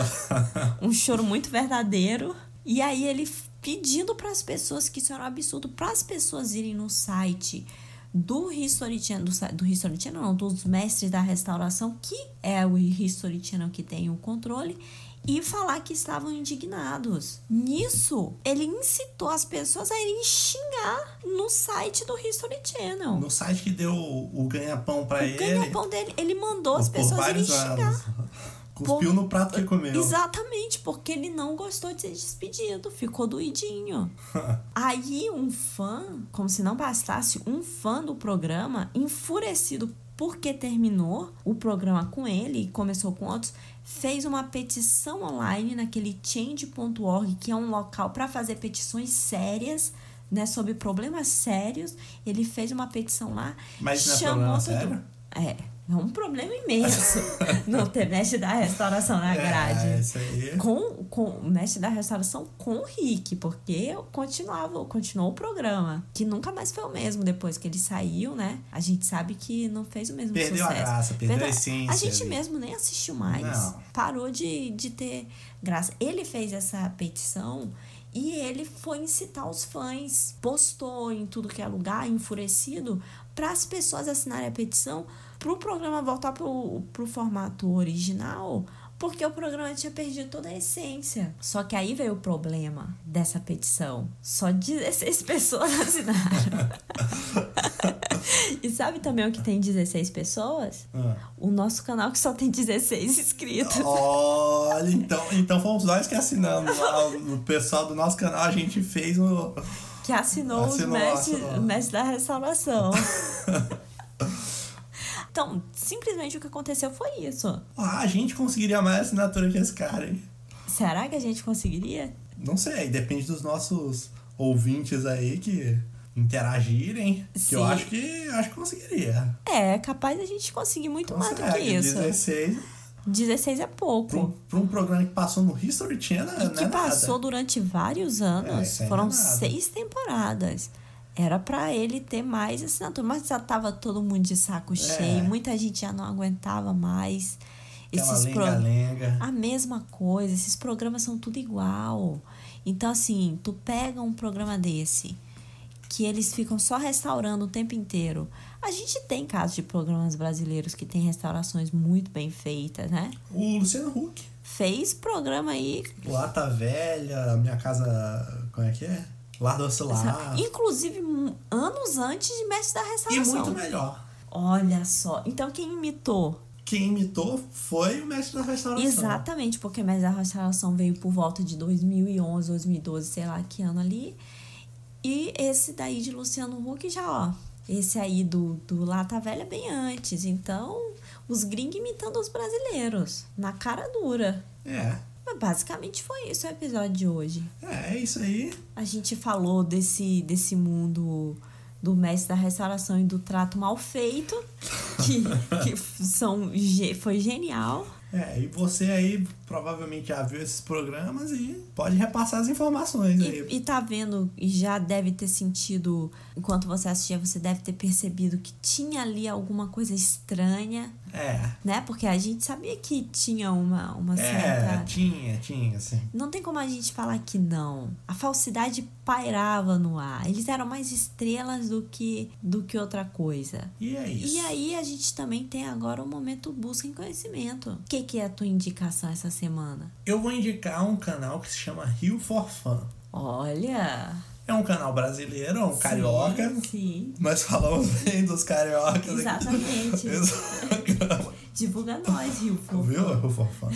Speaker 1: um choro muito verdadeiro. E aí ele f- pedindo para as pessoas que isso era um absurdo, para as pessoas irem no site do History Channel, do, sa- do History Channel não, dos mestres da restauração, que é o History Channel que tem o controle, e falar que estavam indignados. Nisso, ele incitou as pessoas a irem xingar no site do History Channel.
Speaker 2: No site que deu o, o ganha-pão pra
Speaker 1: o
Speaker 2: ele.
Speaker 1: ganha-pão dele, ele mandou as
Speaker 2: por
Speaker 1: pessoas irem
Speaker 2: vários
Speaker 1: xingar.
Speaker 2: lados. Cuspiu
Speaker 1: Por-
Speaker 2: no prato que comeu.
Speaker 1: Exatamente, porque ele não gostou de ser despedido, ficou doidinho. Aí um fã, como se não bastasse, um fã do programa, enfurecido porque terminou o programa com ele e começou com outros, fez uma petição online naquele change.org, que é um local para fazer petições sérias, né, sobre problemas sérios. Ele fez uma petição lá,
Speaker 2: Mas não é
Speaker 1: chamou
Speaker 2: problema
Speaker 1: todo
Speaker 2: sério?
Speaker 1: É, é um problema imenso no mestre da restauração na grade
Speaker 2: É, isso aí.
Speaker 1: com, com o mestre da restauração com o Rick, porque eu continuava, continuou o programa, que nunca mais foi o mesmo depois que ele saiu, né? A gente sabe que não fez o mesmo
Speaker 2: Perdeu
Speaker 1: sucesso.
Speaker 2: a graça, perdeu
Speaker 1: Perdeu-
Speaker 2: a essência.
Speaker 1: A gente
Speaker 2: ali.
Speaker 1: mesmo nem assistiu mais.
Speaker 2: Não.
Speaker 1: Parou de, de ter graça. Ele fez essa petição e ele foi incitar os fãs. Postou em tudo que é lugar, enfurecido, para as pessoas assinarem a petição para o programa voltar pro, pro formato original. Porque o programa tinha perdido toda a essência. Só que aí veio o problema dessa petição. Só 16 pessoas assinaram. e sabe também o que tem 16 pessoas?
Speaker 2: Ah.
Speaker 1: o nosso canal que só tem 16 inscritos.
Speaker 2: Olha, então, então fomos nós que assinamos lá. O o pessoal do nosso canal, a gente fez o.
Speaker 1: Que assinou,
Speaker 2: Assinou,
Speaker 1: os mestres,
Speaker 2: assinou.
Speaker 1: mestres da restauração. então, simplesmente o que aconteceu foi isso.
Speaker 2: Ah, a gente conseguiria mais assinatura que esse cara, hein?
Speaker 1: Será que a gente conseguiria?
Speaker 2: Não sei, depende dos nossos ouvintes aí que interagirem. Que eu
Speaker 1: Sim.
Speaker 2: acho que acho que conseguiria. Então,
Speaker 1: É, capaz a gente conseguir muito mais do que
Speaker 2: Consegue,
Speaker 1: isso.
Speaker 2: 16
Speaker 1: 16 é pouco.
Speaker 2: Pra um, pra um programa que passou no History Channel,
Speaker 1: E
Speaker 2: não
Speaker 1: que
Speaker 2: é
Speaker 1: passou durante vários
Speaker 2: É,
Speaker 1: anos.
Speaker 2: isso aí
Speaker 1: Foram
Speaker 2: não é nada.
Speaker 1: seis temporadas. Era pra ele ter mais assinatura, mas já tava todo mundo de
Speaker 2: É.
Speaker 1: saco cheio, muita gente já não aguentava mais.
Speaker 2: nada.
Speaker 1: esses pro-
Speaker 2: Aquela é lenga-lenga.
Speaker 1: a mesma coisa, esses programas são tudo igual. Então, assim, tu pega um programa desse, que eles ficam só restaurando o tempo inteiro. A gente tem casos de programas brasileiros que tem restaurações muito bem feitas, né?
Speaker 2: O Luciano Huck.
Speaker 1: Fez programa aí.
Speaker 2: Lata Velha, Minha Casa... Como é que é? Lar do Oscilar.
Speaker 1: Inclusive, um- anos antes de Mestre da
Speaker 2: E muito
Speaker 1: Restauração.
Speaker 2: melhor.
Speaker 1: Olha só. Então, quem imitou?
Speaker 2: Quem imitou foi o Mestre da Restauração.
Speaker 1: Exatamente, porque Mestre da Restauração veio por volta de 2011, 2012, sei lá que ano ali. E esse daí de Luciano Huck já, ó. Esse aí do, do Lata Velha é bem antes. Então, os gringos imitando os brasileiros. Na cara dura.
Speaker 2: É.
Speaker 1: Mas basicamente foi isso o episódio de hoje.
Speaker 2: É, é isso aí.
Speaker 1: A gente falou desse, desse mundo do mestre da restauração e do trato mal feito, que, que são, ge- foi genial.
Speaker 2: É, e você aí provavelmente já viu esses programas e pode repassar as informações aí.
Speaker 1: E, e tá vendo, e já deve ter sentido, enquanto você assistia, você deve ter percebido que tinha ali alguma coisa estranha,
Speaker 2: É.
Speaker 1: né? Porque a gente sabia que tinha uma, uma
Speaker 2: É,
Speaker 1: certa.
Speaker 2: tinha, tinha, assim.
Speaker 1: Não tem como a gente falar que não. A falsidade pairava no ar. Eles eram mais estrelas do que, do que outra coisa.
Speaker 2: E é isso.
Speaker 1: E aí a gente também tem agora o momento busca em conhecimento. O que, que é a tua indicação essa semana?
Speaker 2: Eu vou indicar um canal que se chama Rio for Fun.
Speaker 1: Olha!
Speaker 2: É um canal brasileiro, é um carioca. Tá
Speaker 1: Sim,
Speaker 2: Nós falamos bem dos cariocas aqui.
Speaker 1: exatamente.
Speaker 2: Exato.
Speaker 1: Divulga nós, Rio. Fofo,
Speaker 2: Viu? Rio for Fun.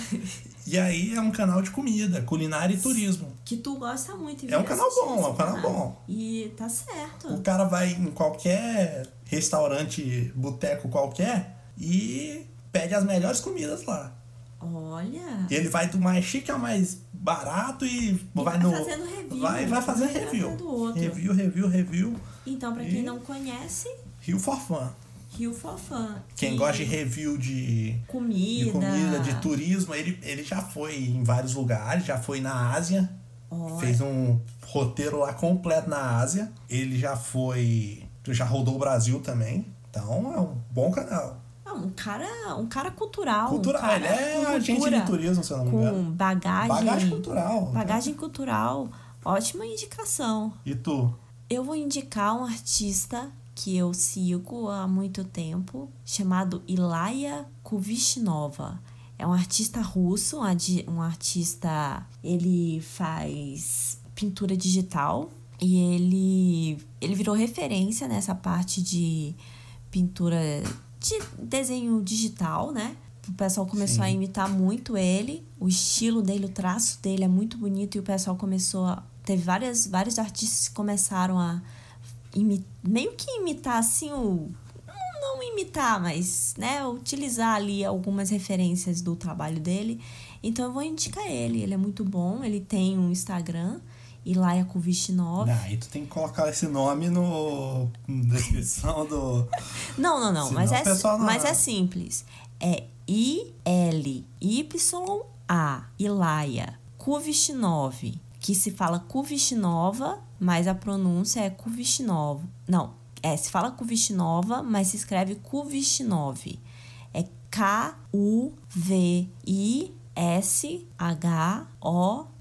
Speaker 2: E aí é um canal de comida, culinária e turismo.
Speaker 1: Que tu gosta muito. e
Speaker 2: É um
Speaker 1: vem
Speaker 2: canal
Speaker 1: assistir
Speaker 2: bom,
Speaker 1: esse
Speaker 2: é um canal bom.
Speaker 1: E tá certo.
Speaker 2: O cara vai em qualquer restaurante, boteco qualquer e pede as melhores comidas lá.
Speaker 1: Olha!
Speaker 2: E ele vai do mais chique ao mais barato e, vai
Speaker 1: vai
Speaker 2: no.
Speaker 1: tá fazendo review,
Speaker 2: Vai, vai fazer
Speaker 1: vai
Speaker 2: review.
Speaker 1: atrás do outro.
Speaker 2: Review, review, review.
Speaker 1: Então, pra quem
Speaker 2: E-
Speaker 1: não conhece, é
Speaker 2: Rio for Fun.
Speaker 1: Rio Fofã.
Speaker 2: Quem
Speaker 1: E
Speaker 2: gosta de review de,
Speaker 1: comida.
Speaker 2: de comida, de turismo, ele, ele já foi em vários lugares, já foi na Ásia,
Speaker 1: Olha.
Speaker 2: fez um roteiro lá completo na Ásia. Ele já foi. Já rodou o Brasil também. Então é um bom canal.
Speaker 1: Ah, um cara, um cara cultural. um
Speaker 2: Cultural,
Speaker 1: cara
Speaker 2: ele é
Speaker 1: com
Speaker 2: agente
Speaker 1: cultura,
Speaker 2: de turismo, se eu não me engano.
Speaker 1: Com bagagem.
Speaker 2: né? Bagagem cultural. né?
Speaker 1: Bagagem cultural, ótima indicação.
Speaker 2: E tu?
Speaker 1: Eu vou indicar um artista que eu sigo há muito tempo, chamado Ilaya Kuvishnova. É um artista russo, um artista. Ele faz pintura digital e ele, ele virou referência nessa parte de pintura de desenho digital, né? O pessoal começou Sim. a imitar muito ele, o estilo dele, o traço dele é muito bonito e o pessoal começou a. Teve várias, vários artistas que começaram a imitar, meio que imitar assim o. Não, não imitar, mas né, utilizar ali algumas referências do trabalho dele. Então eu vou indicar ele. Ele é muito bom, ele tem um Instagram. Ilaia Kuvishnov.
Speaker 2: Aí Ah, tu tem que colocar esse nome no na descrição do.
Speaker 1: não, não, não. Senão mas é, não... mas é simples. É I-L-Y-A. Ilaia Kuvishnov. Que se fala Kuvishnova, mas a pronúncia é Kuvishnov. Não, é, se fala Kuvishnova, mas se escreve Kuvishnov. É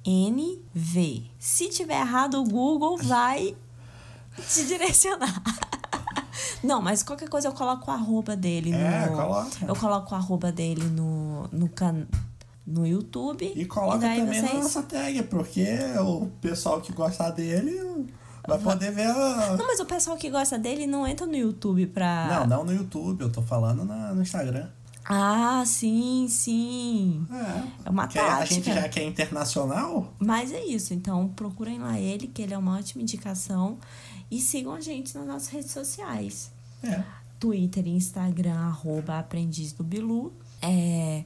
Speaker 1: K-U-V-I-S-H-O-N-V. Se tiver errado, o Google vai te direcionar. Não, mas qualquer coisa eu coloco o arroba dele no.
Speaker 2: É, coloca.
Speaker 1: Eu coloco o arroba dele no, no can, no YouTube.
Speaker 2: E coloca também vocês... na nossa tag, porque o pessoal que gostar dele vai poder ver a...
Speaker 1: Não, mas o pessoal que gosta dele não entra no YouTube pra.
Speaker 2: Não, não no YouTube, eu tô falando na, no Instagram.
Speaker 1: Ah, sim, sim. É, é uma
Speaker 2: quer,
Speaker 1: tática.
Speaker 2: A gente já quer internacional?
Speaker 1: Mas é isso, então procurem lá ele, que ele é uma ótima indicação. E sigam a gente nas nossas redes sociais.
Speaker 2: É.
Speaker 1: Twitter e Instagram, arroba Aprendiz do Bilu. É,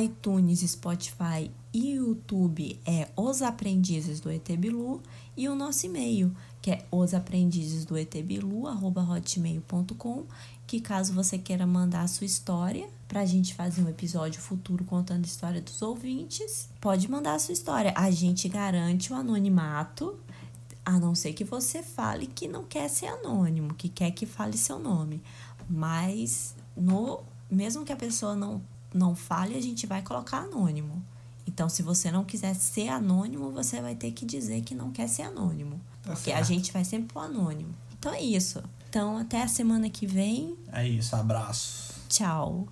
Speaker 1: iTunes, Spotify e YouTube é Os Aprendizes do ET Bilu. E o nosso e-mail, que é osaprendizesdoetbilu, arroba hotmail.com que caso você queira mandar a sua história para a gente fazer um episódio futuro contando a história dos ouvintes, pode mandar a sua história. A gente garante o anonimato, a não ser que você fale que não quer ser anônimo, que quer que fale seu nome. Mas no mesmo que a pessoa não não fale, a gente vai colocar anônimo. Então, se você não quiser ser anônimo, você vai ter que dizer que não quer ser anônimo. Tá porque certo. a gente vai sempre pro anônimo. Então é isso. Então, até a semana que vem.
Speaker 2: É isso, abraço.
Speaker 1: Tchau.